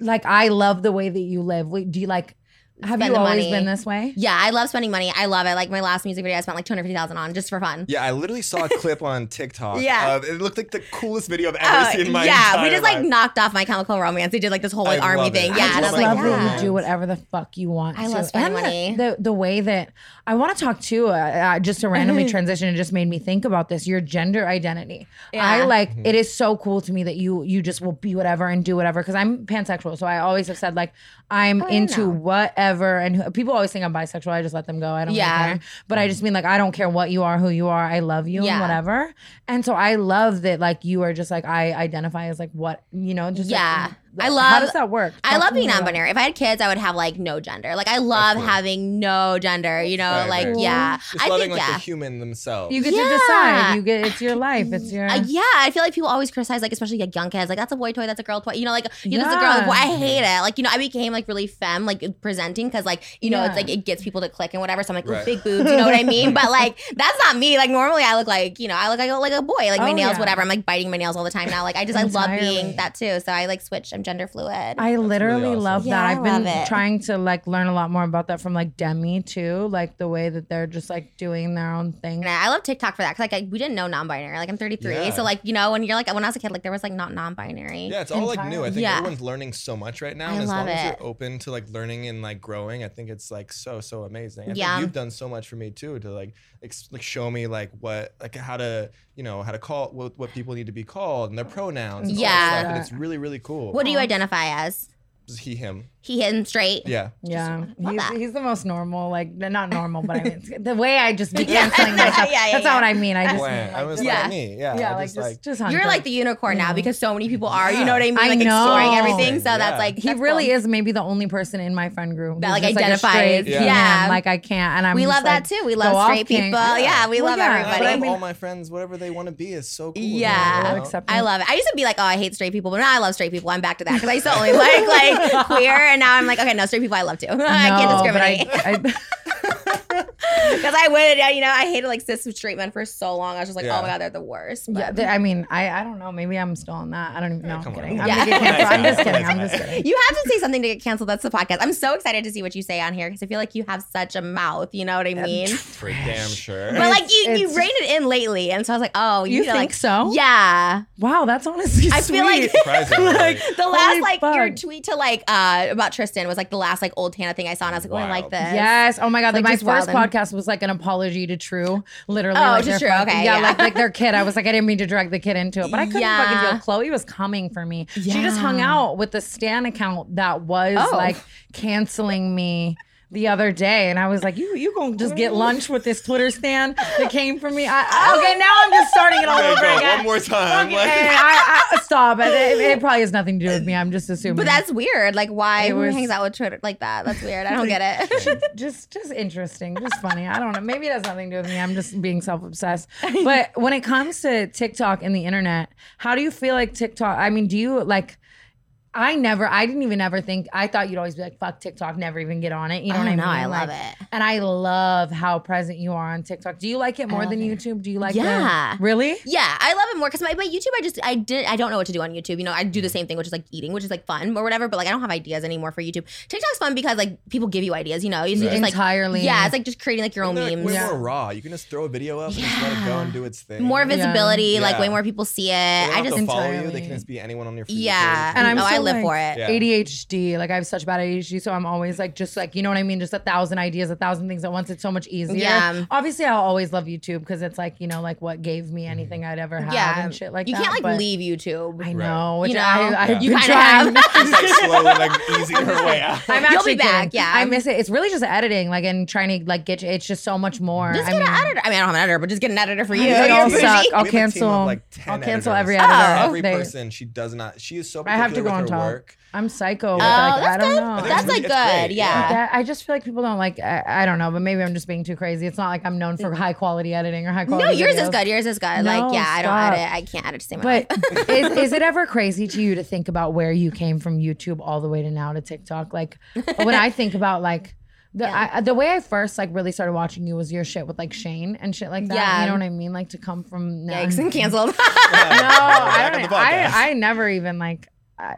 S5: like I love the way that you live. Wait, Do you like? Have
S2: Spend
S5: you
S2: the
S5: always
S2: money.
S5: been this way?
S2: Yeah, I love spending money. I love it. Like my last music video, I spent like two hundred fifty thousand on just for fun.
S6: Yeah, I literally saw a clip on TikTok.
S2: Yeah.
S6: of- it looked like the coolest video I've ever
S2: Oh,
S6: seen in my
S2: yeah,
S6: entire
S2: we just like
S6: life.
S2: knocked off my Chemical Romance. They did like this whole like
S6: I
S2: army
S6: love it.
S2: thing.
S6: I
S2: Yeah,
S6: just
S2: and I was
S5: love
S2: like,
S5: that
S2: yeah.
S5: you do whatever the fuck you want.
S2: I
S5: to.
S2: love
S5: And
S2: spending
S5: the-
S2: money.
S5: The, the way that I want to talk to, uh, uh, just to randomly transition, it just made me think about this. Your gender identity. I
S2: Yeah.
S5: like. it is so cool to me that you you just will be whatever and do whatever. Because I'm pansexual, so I always have said like
S2: Oh,
S5: I'm into whatever. And who- people always think I'm bisexual. I just let them go. I don't really
S2: Yeah.
S5: care. But I just mean like I don't care what you are, who you are. I love you and
S2: Yeah.
S5: whatever. And so I love that like you are just like I identify as like what you know just like,
S2: Yeah. I
S5: How
S2: love-
S5: does that work?
S2: I
S5: Talk
S2: love
S5: to me
S2: being
S5: about it.
S2: non-binary. If I had kids, I would have like no gender. Like I love
S6: course.
S2: having no gender. You know,
S6: Right,
S2: like
S6: right.
S2: yeah,
S6: Just
S2: I
S6: loving
S2: think
S6: like
S2: yeah.
S6: the human themselves.
S5: You get to
S2: Yeah.
S5: decide. You get it's your life. It's your
S2: Uh, yeah, I feel like people always criticize, like especially like young kids, like that's a boy toy, that's a girl toy. You know, like you know, that's a girl.
S5: Yeah.
S2: Toy. I hate it. Like you know, I became like really femme, like presenting because like you know,
S5: Yeah.
S2: it's like it gets people to click and whatever. So I'm like, ooh,
S6: Right.
S2: big boobs. You know what I mean? but like that's not me. Like normally, I look like you know, I look like, like a boy. Like my
S5: Oh,
S2: nails,
S5: yeah.
S2: whatever. I'm like biting my nails all the time now. Like I just I love
S5: Entirely.
S2: being that too. So I like switch. I'm gender fluid.
S5: I literally
S6: awesome.
S5: love that.
S2: Yeah, I
S5: I've been
S2: love it.
S5: trying to like learn a lot more about that from like Demi too, like the way that they're just like doing their own thing.
S2: And I love TikTok for that because like I, we didn't know non-binary. Like I'm 33,
S6: Yeah.
S2: so like you know when you're like when I was a kid, like there was like not non-binary.
S6: yeah, it's all like new. I think
S2: Yeah.
S6: everyone's learning so much right now.
S2: I
S6: and as
S2: love
S6: long as
S2: it.
S6: you're open to like learning and like growing, I think it's like so, so amazing. I
S2: Yeah.
S6: think you've done so much for me too to like, ex- like show me like what, like how to, you know, how to call, what, what people need to be called and their pronouns. And All
S2: Yeah.
S6: that stuff. And it's really, really cool.
S2: What do you identify as?
S6: Just he, him.
S2: He, him, straight.
S6: Yeah.
S5: Yeah,
S2: love
S5: he's,
S2: that.
S5: he's the most normal. Like n- not normal, but I mean it's- the way I just be
S2: Yeah,
S5: canceling
S2: yeah,
S5: myself.
S2: yeah,
S5: that's
S2: yeah.
S5: not what I mean. I just
S6: Bland. I was
S5: yeah,
S6: like me. Yeah.
S5: yeah,
S6: I
S5: like
S6: just,
S5: just just
S2: You're
S5: Hunter.
S2: like the unicorn now because so many people are. You know what I mean?
S5: I
S2: Like
S5: know.
S2: exploring everything. So
S6: Yeah.
S2: that's like
S5: he really is maybe the only person in my friend group
S2: That,
S5: who's
S2: like,
S5: just,
S2: identifies.
S5: a straight
S2: Yeah.
S5: man. like I can't. And I'm
S2: We
S5: just,
S2: love
S5: like,
S2: that too. We
S5: go
S2: love straight
S5: off king.
S2: people. Yeah, we
S5: Well,
S2: love
S5: yeah,
S6: I
S2: everybody.
S5: but I
S6: love
S5: mean-
S6: all my friends, whatever they want to be is so cool. now,
S2: Yeah.
S6: you know?
S5: Accept-
S2: I love it. I used to be like, oh, I hate straight people, but now I love straight people. I'm back to that because I used to only like like queer, and now I'm like, okay, no, straight people I love too. I can't
S5: No, but
S2: discriminate.
S5: I- I-
S2: Because I would, you know, I hated like cis treatment for so long. I was just like,
S6: Yeah.
S2: oh my god, they're the worst. But-
S5: Yeah, th- I mean, I, I don't know. Maybe I'm still on that. I don't even know. I'm
S6: come on.
S5: kidding. I'm,
S2: Yeah.
S5: gonna get canceled. I'm just kidding. I'm just kidding.
S2: You have to say something to get canceled. That's the podcast. I'm so excited to see what you say on here because I feel like you have such a mouth. You know what I mean?
S6: For damn sure.
S2: But like you,
S5: it's-
S2: you reined it in lately, and so I was like, oh,
S5: You
S2: you, know,
S5: think
S2: like,
S5: so?
S2: Yeah.
S5: Wow, that's honestly
S2: I feel like-
S5: sweet.
S6: Surprisingly.
S2: The last
S5: Holy
S2: like your
S5: fuck.
S2: tweet to like uh about Tristan was like the last like old Hannah thing I saw, and I was like, oh, I like
S6: Wild.
S2: this.
S5: Yes. Oh my God.
S2: Like,
S5: my
S2: just
S5: first
S2: wildin'.
S5: podcast was like an apology to True. Literally.
S2: Oh,
S5: like
S2: to
S5: their
S2: True,
S5: fuck-
S2: okay,
S5: Yeah.
S2: yeah.
S5: Like, like their kid. I was like, I didn't mean to drag the kid into it, but I couldn't fucking
S2: Yeah.
S5: feel. Chloe was coming for me. She just
S2: Yeah.
S5: hung out with the Stan account that was
S2: Oh.
S5: like canceling me. The other day, and I was like, "You, you gonna just get lunch with this Twitter stan that came for me?" I, okay, now I'm just starting
S2: oh
S5: it all
S6: There you
S5: over
S6: go,
S5: again.
S6: One more time.
S5: Fucking-
S6: like-
S5: hey, I, I, stop. It, it, it probably has nothing to do with me. I'm just assuming.
S2: But that's weird. Like, why
S5: It
S2: who
S5: was-
S2: hangs out with Twitter like that? That's weird. I don't get it.
S5: just just interesting, just funny. I don't know. Maybe it has nothing to do with me. I'm just being self obsessed. But when it comes to TikTok and the internet, how do you feel like TikTok? I mean, do you like? I never, I didn't even ever think, I thought you'd always be like, fuck TikTok, never even get on it. You know
S2: I
S5: what I
S2: don't
S5: mean?
S2: know. Oh, I love
S5: Like,
S2: it.
S5: And I love how present you are on TikTok. Do you like it more
S2: love
S5: than
S2: it.
S5: YouTube? Do you like
S2: Yeah.
S5: The, really?
S2: Yeah, I love it more because my, my YouTube, I just I did I don't know what to do on YouTube. You know, I do the same thing, which is like eating, which is like fun or whatever. But like I don't have ideas anymore for YouTube. TikTok's fun because like people give you ideas. You know, you just like
S5: Entirely.
S2: yeah, it's like just creating like your own
S6: They're, like,
S2: memes.
S6: way more raw. You can just throw a video up and just let it go and do its thing.
S2: More
S6: They
S2: visibility, like
S6: Yeah.
S2: way more people see it.
S6: don't
S2: I
S6: have to
S2: just
S6: follow you. They
S5: entirely-
S6: can just be anyone on your feed.
S2: yeah,
S5: And I'm
S2: oh, I
S5: so,
S2: live
S5: like-
S2: for it.
S6: Yeah.
S5: ADHD. Like I have such bad ADHD, so I'm always like just like you know what I mean, just a thousand ideas, a thousand things at once. It's so much easier.
S2: Yeah.
S5: Obviously, I'll always love YouTube because it's like you know like what gave
S6: Mm-hmm.
S5: me anything I'd ever had
S2: Yeah.
S5: and shit like
S2: you
S5: that.
S2: can't like
S5: but
S2: leave YouTube.
S5: I know.
S2: You
S5: which
S2: know?
S5: I, I've
S6: You
S5: been
S2: kinda
S5: trying.
S6: Just like slowly like easing her way out.
S5: I'm
S2: You'll
S5: actually
S2: be back,
S5: kidding.
S2: yeah.
S5: I miss it. It's really just editing, like and trying to like get. You, it's just so much more.
S2: Just
S5: I
S2: get
S5: mean,
S2: an editor. I mean, I don't have an editor, but just get an editor for you.
S5: They all
S2: You're
S5: suck.
S2: bougie.
S5: I'll
S6: We have a team of,
S5: cancel.
S6: like, 10
S5: I'll cancel every
S6: editors.
S5: editor.
S2: Oh.
S6: Every
S5: They-
S6: person, she does not. She is so
S5: I have to
S6: particular
S5: go on
S6: with her
S5: top.
S6: work.
S5: I'm psycho. with,
S2: Oh,
S5: like, I
S2: that's
S5: don't
S2: good.
S5: know.
S6: I think
S2: That's
S6: it's-
S2: like
S6: it's great,
S2: good.
S6: yeah.
S2: Yeah.
S5: That, I just feel like people don't like. I, I don't know, but maybe I'm just being too crazy. It's not like I'm known for high quality editing or high quality.
S2: Mm. No, yours is
S5: videos.
S2: good. Yours is good.
S5: No,
S2: like, yeah, I
S5: stop.
S2: don't edit. I can't edit to save my life.
S5: But is, is it ever crazy to you to think about where you came from YouTube all the way to now to TikTok? Like when I think about like the I, the way I first like really started watching you was your shit with like Shane and shit like that.
S2: Yeah.
S5: You know what I mean? Like to come from now.
S2: Yikes, I'm canceled.
S5: No, I
S6: Back on
S5: don't. e,
S6: the podcast.
S5: I, I never even like I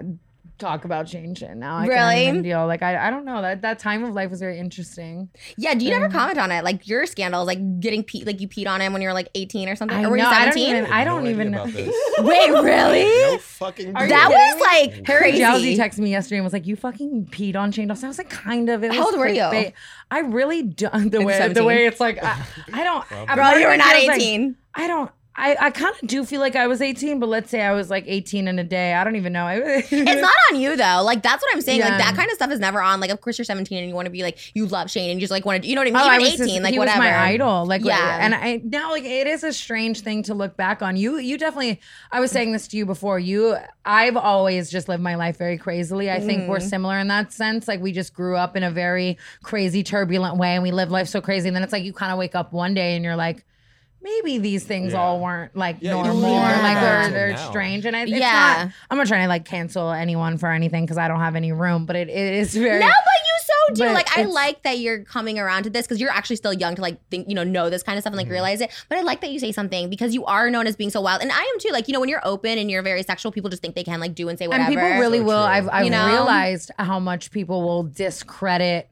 S5: talk about Shane shit now. I can't
S2: Really?
S5: even deal. Like I I don't know that that time of life was very interesting.
S2: yeah, do you never comment on it? Like your scandals, like getting pe- like you peed on him when you were like 18 or something,
S5: I
S2: or were
S5: know.
S2: you
S5: I don't
S2: 17?
S5: even. I don't
S6: no idea
S5: even know.
S6: about this.
S2: Wait, really?
S6: No fucking.
S5: Are you
S2: That
S6: clue.
S2: was like
S5: Harry
S2: crazy.
S5: Jowsey texted me yesterday and was like, "You fucking peed on Shane Dawson." I was like, "Kind of." It was
S2: How old were you?
S5: clickbait. I really don't. The
S2: Like
S5: way the
S2: 17?
S5: way it's like, I, I don't.
S6: Well,
S5: a part
S6: bro,
S2: Bro,
S5: of
S2: you
S5: me
S2: were not
S5: feels like,
S2: 18.
S5: I don't. I, I kind of do feel like I was 18, but let's say I was like 18 in a day. I don't even know. it's
S2: It's not on you though. Like that's what I'm saying.
S5: Yeah.
S2: Like that kind of stuff is never on. Like of course you're 17 and you want to be like you love Shane and you just like want to. You know what I mean?
S5: Oh, I
S2: Even
S5: was
S2: 18,
S5: just-
S2: like
S5: he
S2: whatever.
S5: was my idol. Like
S2: Yeah.
S5: yeah, and I now like it is a strange thing to look back on. You you definitely. I was saying this to you before. You I've always just lived my life very crazily. I think
S2: Mm.
S5: we're similar in that sense. Like we just grew up in a very crazy, turbulent way, and we lived life so crazy. And then it's like you kind of wake up one day and you're like. Maybe these things
S6: Yeah.
S5: all weren't like
S6: Yeah, you don't
S5: normal,
S2: think
S5: or
S2: about
S5: like
S6: that
S5: they're,
S6: till
S5: they're
S6: now.
S5: strange, and I, it's
S2: Yeah.
S5: not. I'm not trying to like cancel anyone for anything because I don't have any room, but it, it is very.
S2: No, but you so do.
S5: But
S2: like I
S5: it's-
S2: like that you're coming around to this because you're actually still young to like think, you know, know this kind of stuff
S5: Mm-hmm.
S2: and like realize it. But I like that you say something because you are known as being so wild, and I am too. Like you know, when you're open and you're very sexual, people just think they can like do and say whatever.
S5: And people really
S6: So
S5: will.
S6: true.
S5: I've, I've
S2: You know?
S5: realized how much people will discredit,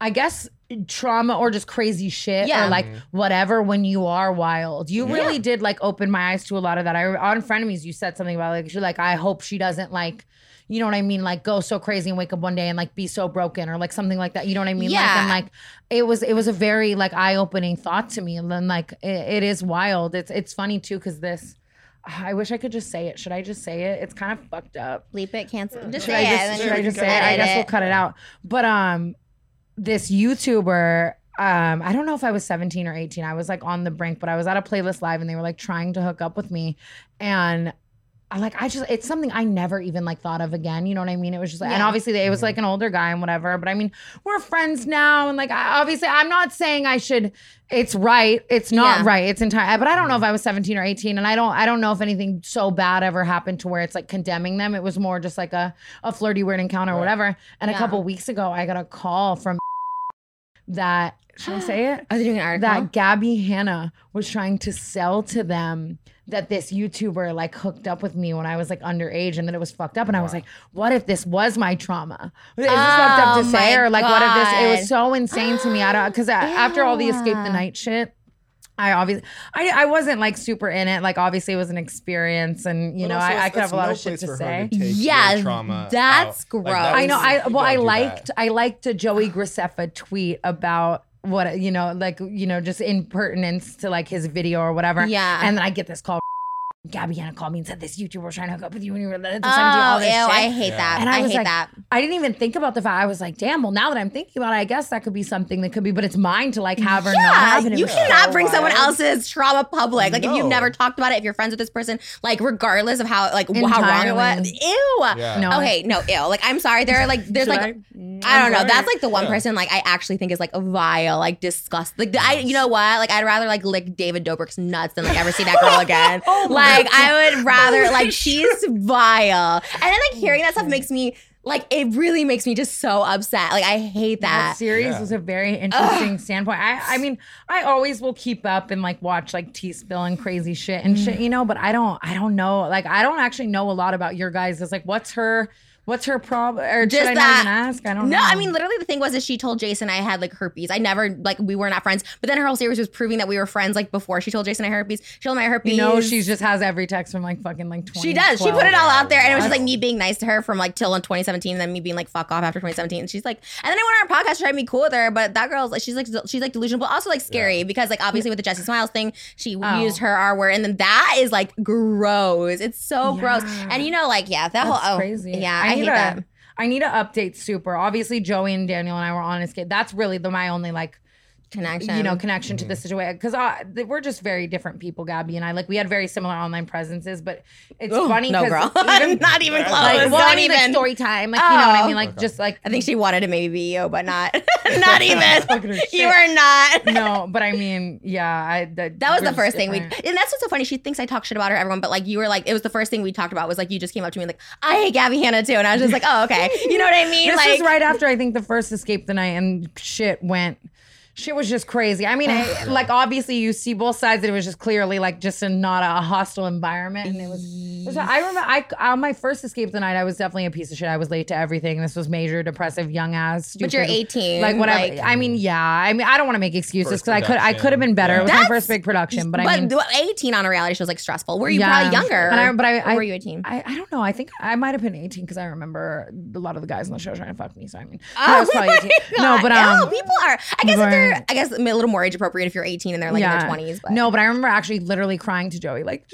S5: I guess, trauma or just crazy shit
S2: Yeah.
S5: or like whatever when you are wild. You really did like open my eyes to a lot of that. I on frenemies, you said something about like you're like, I hope she doesn't like. You know what I mean? Like go so crazy and wake up one day and like be so broken or like something like that. You know what I mean? Like,
S2: Yeah.
S5: and like it was it was a very like eye opening thought to me. And then like it, it is wild. It's it's funny too because this. I wish I could just say it. Should I just say it? It's kind of fucked up.
S2: bleep it, cancel. Just
S5: Should
S2: say
S5: I
S2: it.
S5: just,
S2: and then
S5: should I
S2: you
S5: just
S2: can
S5: say it? I
S2: edit
S5: guess we'll
S2: it.
S5: cut it out. But um, this YouTuber, um, I don't know if I was 17 or 18. I was like on the brink, but I was at a playlist live and they were like trying to hook up with me, and I like I just it's something I never even like thought of again. You know what I mean? It was just like, and
S2: Yeah.
S5: obviously it was like an older guy and whatever. But I mean, we're friends now, and like I, obviously I'm not saying I should. It's right. It's not
S2: Yeah.
S5: right. It's entire. But I don't know if I was 17 or 18, and I don't I don't know if anything so bad ever happened to where it's like condemning them. It was more just like a a flirty weird encounter or whatever. And
S2: Yeah.
S5: a couple weeks ago, I got a call from that. Should I say it?
S2: I was "Oh, doing an article.
S5: that Gabby Hanna was trying to sell to them that this YouTuber like hooked up with me when I was like underage and that it was fucked up. And I was like, what if this was my trauma? Is this fucked up
S2: Oh
S5: to say?
S2: my
S5: Or like, what if this? It
S2: God.
S5: was so insane to me. I don't, because after all the escape the night shit, I obviously, I, I wasn't like super in it. Like, obviously, it was an experience, and you
S6: But
S5: know,
S6: also,
S5: I, I
S6: it's-
S5: could have
S6: it's
S5: a lot
S6: no
S5: of shit
S6: place
S5: to
S6: for her
S5: say.
S6: take your
S2: Yeah,
S6: trauma
S2: that's
S6: out.
S2: gross.
S5: I know.
S6: was-
S5: I
S6: you
S5: well, I
S6: don't do
S5: liked
S6: that.
S5: I liked a Joey Graceffa tweet about what you know, like you know, just impertinence to like his video or whatever.
S2: Yeah.
S5: and then I get this call. Gabby Hanna called me and said this YouTuber was trying to hook up with you when you were 17. all
S2: Oh, ew!
S5: this shit.
S2: I hate
S6: Yeah.
S2: that.
S5: And I
S2: I
S5: was
S2: hate
S5: like-
S2: that.
S5: I didn't even think about the fact. I was like, damn, well, now that I'm thinking about it, I guess that could be something that could be, but it's mine to like have or not
S2: Yeah,
S5: have. and it
S2: you
S5: was
S2: cannot
S5: so
S2: bring someone
S5: wild.
S2: else's trauma public. Like if you've
S6: No.
S2: never talked about it, if you're friends with this person, like regardless of how like wh- how wrong it was.
S5: Entirely.
S2: Ew.
S6: Yeah.
S5: No.
S2: Okay, no, ew. Like I'm sorry. There are like there's
S5: Should
S2: like
S5: I?
S2: I? don't know. That's like the one
S6: Yeah.
S2: person like I actually think is like vile, like disgust. Like I you know what? Like I'd rather like lick David Dobrik's nuts than like ever see that girl again. like I would rather like she's vile. And then like hearing that stuff makes me like it really makes me just so upset. Like I hate
S5: that
S2: that.
S5: series
S6: Yeah.
S5: was a very interesting standpoint. I, I mean, I always will keep up and like watch like tea spill and crazy shit and shit, you
S2: Mm.
S5: know. But I don't, I don't know. Like, I don't actually know a lot about your guys. It's like, what's her, what's her problem, or
S2: Just
S5: should I
S2: that-
S5: not even ask? I don't.
S2: No,
S5: know.
S2: I mean literally the thing was that she told Jason I had like herpes. I never like we were not friends. But then her whole series was proving that we were friends like before she told Jason I had herpes. She told my herpes.
S5: you know, she just has every text from like fucking like twenty.
S2: she does. She put it all out there, and it was just like me being nice to her from like till in 2017, and then me being like fuck off after 2017. And she's like, and then I went on her podcast to try to be cool with her, but that girl's like she's like del- she's like delusional, but also like scary because like obviously with the Jesse Smiles thing, she
S5: Oh.
S2: used her R word, and then that is like gross. It's so gross, and you know like yeah, that
S5: That's
S2: whole oh,
S5: crazy.
S2: yeah, I, hate
S5: need
S2: that.
S5: A, I need an update. Super. Obviously, Joey and Daniel and I were on escape. That's really the my only like
S2: Connection,
S5: you know, connection to the situation because we're just very different people, Gabby and I. Like we had very similar online presences, but it's funny
S2: no
S5: 'cause
S2: girl,
S5: even
S2: not even close.
S5: like, well, I
S2: Don't
S5: mean, like,
S2: even.
S5: story time, like you know what I
S2: Oh.
S5: mean, like just like
S2: I think she wanted to maybe be you, but not, not even.
S5: her
S2: you are not.
S5: no, but I mean, yeah, I that,
S2: That was
S5: we're
S2: the
S5: just
S2: first thing we, and
S5: different.
S2: that's what's so funny. She thinks I talk shit about her, everyone, but like you were like, it was the first thing we talked about was like you just came up to me like, I hate Gabby Hanna too, and I was just like, oh okay, you know what I mean?
S5: This
S2: like,
S5: was right after I think the first escape the night, and shit went. Shit was just crazy. I mean, I, like obviously you see both sides. It was just clearly like just a, not a hostile environment, and it was. it was- I remember I on my first escape the night, I was definitely a piece of shit. I was late to everything. This was major depressive, young ass. Stupid,
S2: But you're 18,
S5: like whatever.
S2: like-
S5: I mean, yeah. I mean, I don't want to make excuses
S6: First
S5: because I could I
S6: production.
S5: could have been better. It was
S2: That's-
S5: my first big production, but,
S2: but
S5: I mean,
S2: eighteen on a reality show is like stressful. Were you
S5: Yeah.
S2: probably younger?
S5: And I- but I-
S2: or
S5: I-
S2: were you eighteen?
S5: I, I don't know. I think I might have been 18 because I
S2: Oh
S5: remember a lot of the guys on the show trying to fuck me. So I mean, I was probably 18. No, but um,
S2: people are. I guess
S5: Right.
S2: that there they're, I guess, a little more age appropriate if you're 18 and they're like in their 20s. But.
S5: No, but I remember actually literally crying to Joey, like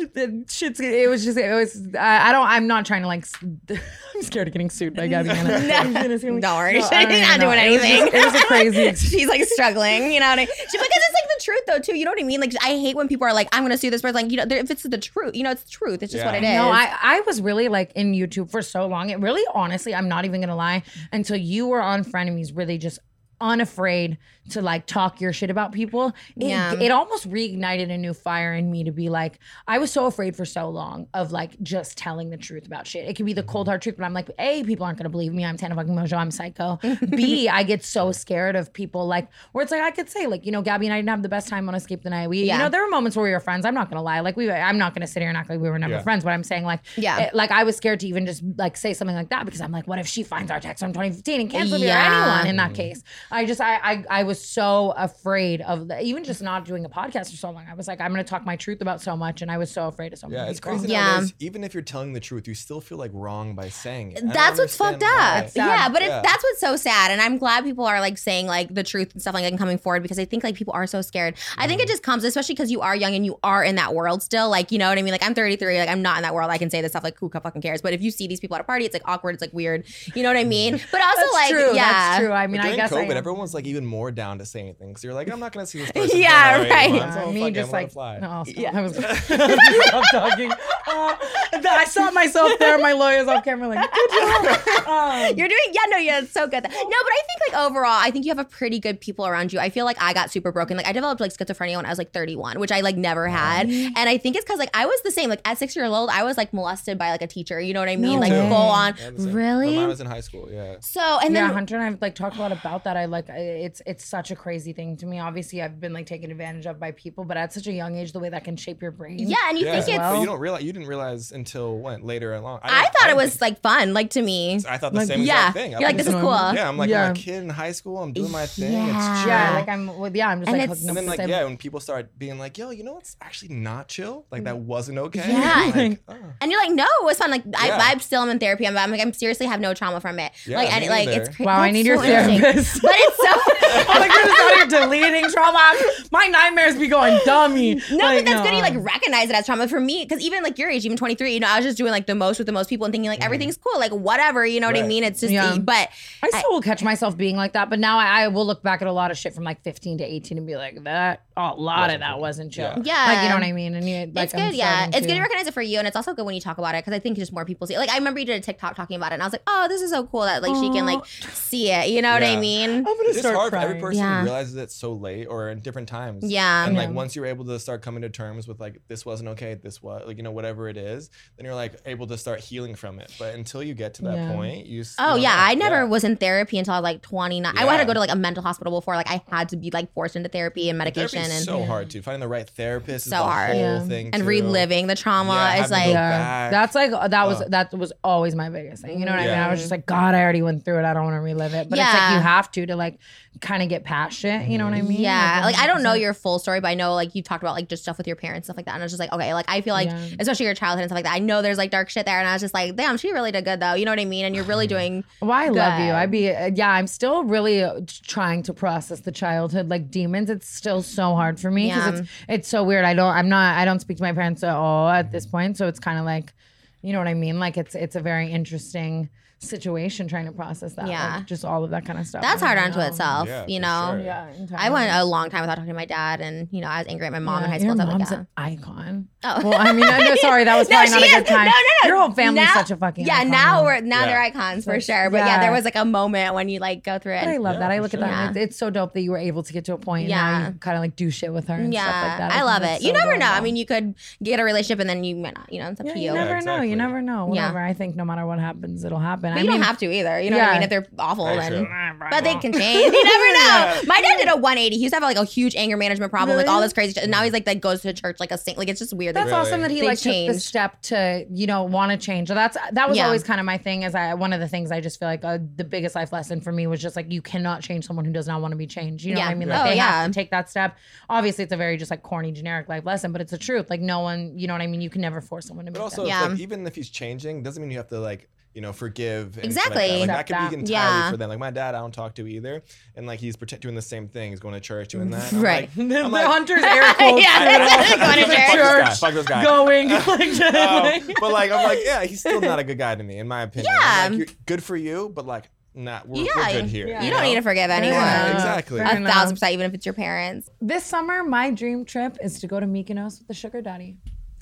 S5: shit's. It was just. It was. I, I don't. I'm not trying to like. s- I'm scared of getting sued by Gabby. Hanna.
S2: Don't worry,
S5: No, I don't
S2: she's not
S5: even know.
S2: doing
S5: It was just-
S2: anything.
S5: it was a crazy ex-
S2: she's like struggling, you know what I mean? She, because it's like the truth though, too. You know what I mean? Like I hate when people are like, "I'm gonna sue this person." Like you know, there- if it's the truth, you know, it's the truth. It's just
S6: Yeah.
S2: what it is.
S5: No, I, I was really like in YouTube for so long. It really, honestly, I'm not even gonna lie. Until you were on Frenemies, really just unafraid to like talk your shit about people. It,
S2: Yeah.
S5: it almost reignited a new fire in me to be like, I was so afraid for so long of like just telling the truth about shit. It could be the
S2: Mm-hmm.
S5: cold hard truth, but I'm like, A, people aren't gonna believe me. I'm Tana fucking Mojo, I'm psycho. B, I get so scared of people like where it's like I could say, like, you know, Gabby and I didn't have the best time on Escape the Night. We
S2: Yeah.
S5: you know, there were moments where we were friends. I'm not gonna lie. Like we I'm not gonna sit here and act like we were never
S6: Yeah.
S5: friends, but I'm saying like
S2: Yeah.
S5: it- like I was scared to even just like say something like that because I'm like, what if she finds our text from 2015 and cancels me or
S2: Yeah.
S5: anyone in that
S6: Mm.
S5: case? I just I, I I was so afraid of the, even just not doing a podcast for so long. I was like, I'm gonna talk my truth about so much, and I was so afraid of so many
S6: Yeah, it's
S5: people.
S6: crazy.
S2: Yeah.
S6: Nowadays, even if you're telling the truth, you still feel like wrong by saying it. I don't
S2: that's what's
S6: understand
S2: fucked up.
S6: why.
S2: Yeah, but it's
S6: Yeah.
S2: that's what's so sad. And I'm glad people are like saying like the truth and stuff like that and coming forward because I think like people are so scared. I
S6: Mm-hmm.
S2: think it just comes, especially because you are young and you are in that world still. Like, you know what I mean? Like, I'm 33. Like, I'm not in that world. I can say this stuff. Like, who fucking cares? But if you see these people at a party, it's like awkward. It's like weird. You know what I mean? But also,
S5: Mm-hmm. That's
S2: like,
S5: true.
S2: yeah.
S5: That's true. I mean, I
S6: During
S5: guess I
S6: COVID,
S5: am.
S6: everyone was like even more down to say anything because you're like, I'm not gonna see this person.
S2: Yeah,
S6: for another eight
S2: right.
S6: months.
S5: Yeah,
S6: Oh,
S5: me
S6: fuck it,
S5: just
S6: I'm gonna
S5: like
S6: fly.
S5: no, I'll stop. I was stop talking. Uh, th- I saw myself there. My lawyers off camera, like good job. Um,
S2: You're doing, yeah, no, yeah, it's so good. No, but I think like overall, I think you have a pretty good people around you. I feel like I got super broken. Like I developed like schizophrenia when I was like 31, which I like never had. And I think it's because like I was the same. Like at six years old, I was like molested by like a teacher. You know what I mean?
S5: No
S2: like
S5: way.
S2: full on.
S6: Yeah, the same.
S2: Really?
S6: When I was in high school, yeah.
S2: so and
S5: yeah,
S2: then
S5: Hunter and I've like talked a lot about that. I like I- it's it's such a crazy thing to me. Obviously, I've been like taken advantage of by people, but at such a young age, the way that can shape your brain.
S2: yeah, and you
S6: yeah.
S2: think it's.
S6: but you don't realize you didn't realize until when later along.
S2: I
S6: didn't-
S2: thought
S6: didn't
S2: it was like fun, like to me.
S6: think- I thought the same
S2: yeah,
S6: exact thing. I
S2: you're like
S6: was
S2: this is
S6: just-
S2: cool.
S6: Yeah, I'm like
S5: Yeah.
S6: I'm a kid in high school. I'm doing my thing.
S2: Yeah.
S6: It's chill.
S5: yeah. Like I'm, well, yeah, I'm just
S2: And
S5: like
S2: it's-
S5: hooking up
S6: And then
S5: with
S6: like
S5: the same-
S6: yeah, when people start being like, yo, you know what's actually not chill? Like that wasn't okay.
S2: Mm. Yeah.
S6: Like, oh.
S2: And you're like, no, it was fun. Like
S6: Yeah.
S2: I, I'm still am in therapy. I'm, I'm like, I'm seriously have no trauma from it.
S6: Yeah,
S2: like,
S6: me
S2: and like, it's
S6: neither.
S2: cra-
S5: Wow, I
S2: that's
S5: need
S2: so
S5: your
S2: interesting.
S5: therapist.
S2: But it's so.
S5: I'm like, you're just out here deleting trauma. I'm- My nightmares be going dummy.
S2: No, but that's good. You like recognize it as trauma. For me, because even like your age, even 23, you know, I was just doing like the most with the most people and thinking like everything's cool, like whatever, you know what I
S6: Right.
S2: mean? It's just,
S5: Yeah.
S2: but
S5: I still will catch myself being like that, but now I, I will look back at a lot of shit from like 15 to 18 and be like, that a lot of that wasn't chill.
S6: Yeah.
S2: Yeah.
S5: like you know what I mean. And you, like,
S2: it's
S5: I'm
S2: good. Yeah.
S5: starting
S2: It's good to
S5: to-
S2: recognize it for you. And it's also good when you talk about it because I think just more people see it. Like I remember you did a TikTok talking about it and I was like, oh, this is so cool that like she can like see it. You know what I
S6: Yeah.
S2: mean?
S5: I'm gonna
S6: It's
S5: start
S6: hard for
S5: crying.
S6: every person
S2: Yeah.
S6: who realizes it so late or in different times.
S2: Yeah.
S6: And like once you're able to start coming to terms with like this wasn't okay, this was like you know whatever it is, then you're like able to start healing from it. But until you get to that
S5: Yeah.
S6: point, you. s-
S2: Oh
S6: you know,
S2: yeah, I never
S6: yeah.
S2: was in therapy until I was like 29. I had
S6: Yeah.
S2: to go to like a mental hospital before. Like I had to be like forced into therapy and medication
S6: Therapy
S2: and
S6: is so hard to finding the right therapist is
S2: So
S6: the
S2: hard.
S6: whole
S5: Yeah.
S6: thing
S2: and
S6: too.
S2: reliving the trauma
S6: Yeah,
S2: is
S6: having to go
S2: like
S5: Yeah,
S6: back.
S5: that's like that was
S6: Ugh.
S5: that was always my biggest thing. You know what I mean?
S6: Yeah.
S5: I was just like, God, I already went through it. I don't want to relive it. But it's like
S2: Yeah.
S5: you have to to like kind of get past it. You know what I mean?
S2: Yeah, like I don't know
S5: 100%.
S2: your full story, but I know like you talked about like just stuff with your parents, stuff like that, and I was just like, okay, like I feel like
S5: Yeah.
S2: especially your childhood and stuff like that. I know there's like dark shit there, and I was just like, damn, she really did good though. You know what I mean? And you're really doing.
S5: Well, I love you.
S2: Good.
S5: I'd be uh, yeah. I'm still really uh, t- trying to process the childhood like demons. It's still so hard for me because
S2: Yeah.
S5: it's it's so weird. I don't. I'm not. I don't speak to my parents at all at this point. So it's kind of like, you know what I mean. Like it's it's a very interesting situation trying to process that.
S2: Yeah.
S5: like, just all of that kind of stuff.
S2: That's
S5: I
S2: hard
S5: don't
S2: onto
S5: know.
S2: itself,
S6: Yeah,
S2: you
S6: for
S2: know.
S6: sure.
S5: Yeah, entirely.
S2: I went a long time without talking to my dad, and you know I was angry at my mom in high school.
S5: Your
S2: and stuff like
S5: mom's
S2: that.
S5: an icon.
S2: Oh.
S5: Well, I mean, I know, sorry, that was
S2: No,
S5: probably not
S2: she
S5: a good
S2: is. No,
S5: time.
S2: no, no.
S5: Your whole family's
S2: Now-
S5: such a fucking
S2: yeah,
S5: icon,
S2: now
S5: though.
S2: we're now
S6: Yeah.
S2: they're icons for
S5: So-
S2: sure. But yeah.
S5: yeah.
S2: there was like a moment when you like go through it.
S5: But I
S2: and-
S5: love
S6: Yeah,
S5: that. I
S6: for
S5: look at
S6: sure.
S5: that. and
S2: Yeah.
S5: It's, it's so dope that you were able to get to a point. And now
S2: Yeah.
S5: you kind of like do shit with her and stuff like
S2: yeah,
S5: that.
S2: I
S5: think
S2: love
S5: that's
S2: it. You
S5: so
S2: never know.
S5: adorable.
S2: I mean, you could get a relationship and then you might not. You know, it's up
S5: yeah,
S2: to
S5: you
S2: you.
S5: never
S6: Yeah,
S5: know. You
S6: exactly.
S5: never know.
S2: Yeah.
S5: Whatever. I think no matter what happens, it'll happen.
S2: But
S5: I
S2: you
S5: mean,
S2: don't have to either. You know what
S5: Yeah.
S2: I mean? If they're awful,
S6: Very
S2: then.
S6: true.
S2: But they can change. You never know. My dad did a 180. He used to have like a huge anger management problem, like all this crazy shit. And now he's like, like goes to church like a saint. Like it's just weird.
S5: That's
S2: Like,
S6: Really?
S5: awesome that he
S2: They
S5: like took the
S2: changed.
S5: step to you know want to change. That's that was
S2: Yeah.
S5: always kind of my thing. Is I one of the things I just feel like uh, the biggest life lesson for me was just like you cannot change someone who does not want to be changed. You know what
S2: Yeah.
S5: I mean?
S2: Yeah.
S5: Like
S2: Oh,
S5: they
S2: yeah.
S5: have to take that step. Obviously, it's a very just like corny generic life lesson, but it's the truth. Like no one, you know what I mean? You can never force someone to.
S6: But
S5: make
S6: also,
S5: that.
S6: it's
S2: Yeah.
S6: like, even if he's changing, doesn't mean you have to like. you know, forgive. And shit Like that.
S2: Exactly.
S6: Like, that could be
S5: Accept
S6: entirely
S2: that. Yeah.
S6: for them. Like my dad, I don't talk to either, and like he's pretend- doing the same thing. He's going to church, doing that. And I'm
S2: Right.
S6: like- I'm
S5: the
S6: like,
S5: hunter's air quotes.
S2: Yeah, that's
S6: I
S2: it. Going to
S6: don't know.
S2: church.
S6: Fuck this guy. Fuck this guy.
S5: going. like, just
S6: Um,
S5: like-
S6: but like I'm like, yeah, he's still not a good guy to me, in my opinion.
S2: Yeah.
S6: I'm Like, you're good for you, but like, not we're,
S2: Yeah,
S6: we're good here.
S5: yeah.
S2: You don't
S6: know?
S2: need to forgive anyone.
S6: Oh, Yeah,
S5: Yeah.
S6: exactly.
S5: Fair
S2: A
S5: enough.
S2: thousand percent, even if it's your parents.
S5: This summer, my dream trip is to go to Mykonos with the sugar daddy.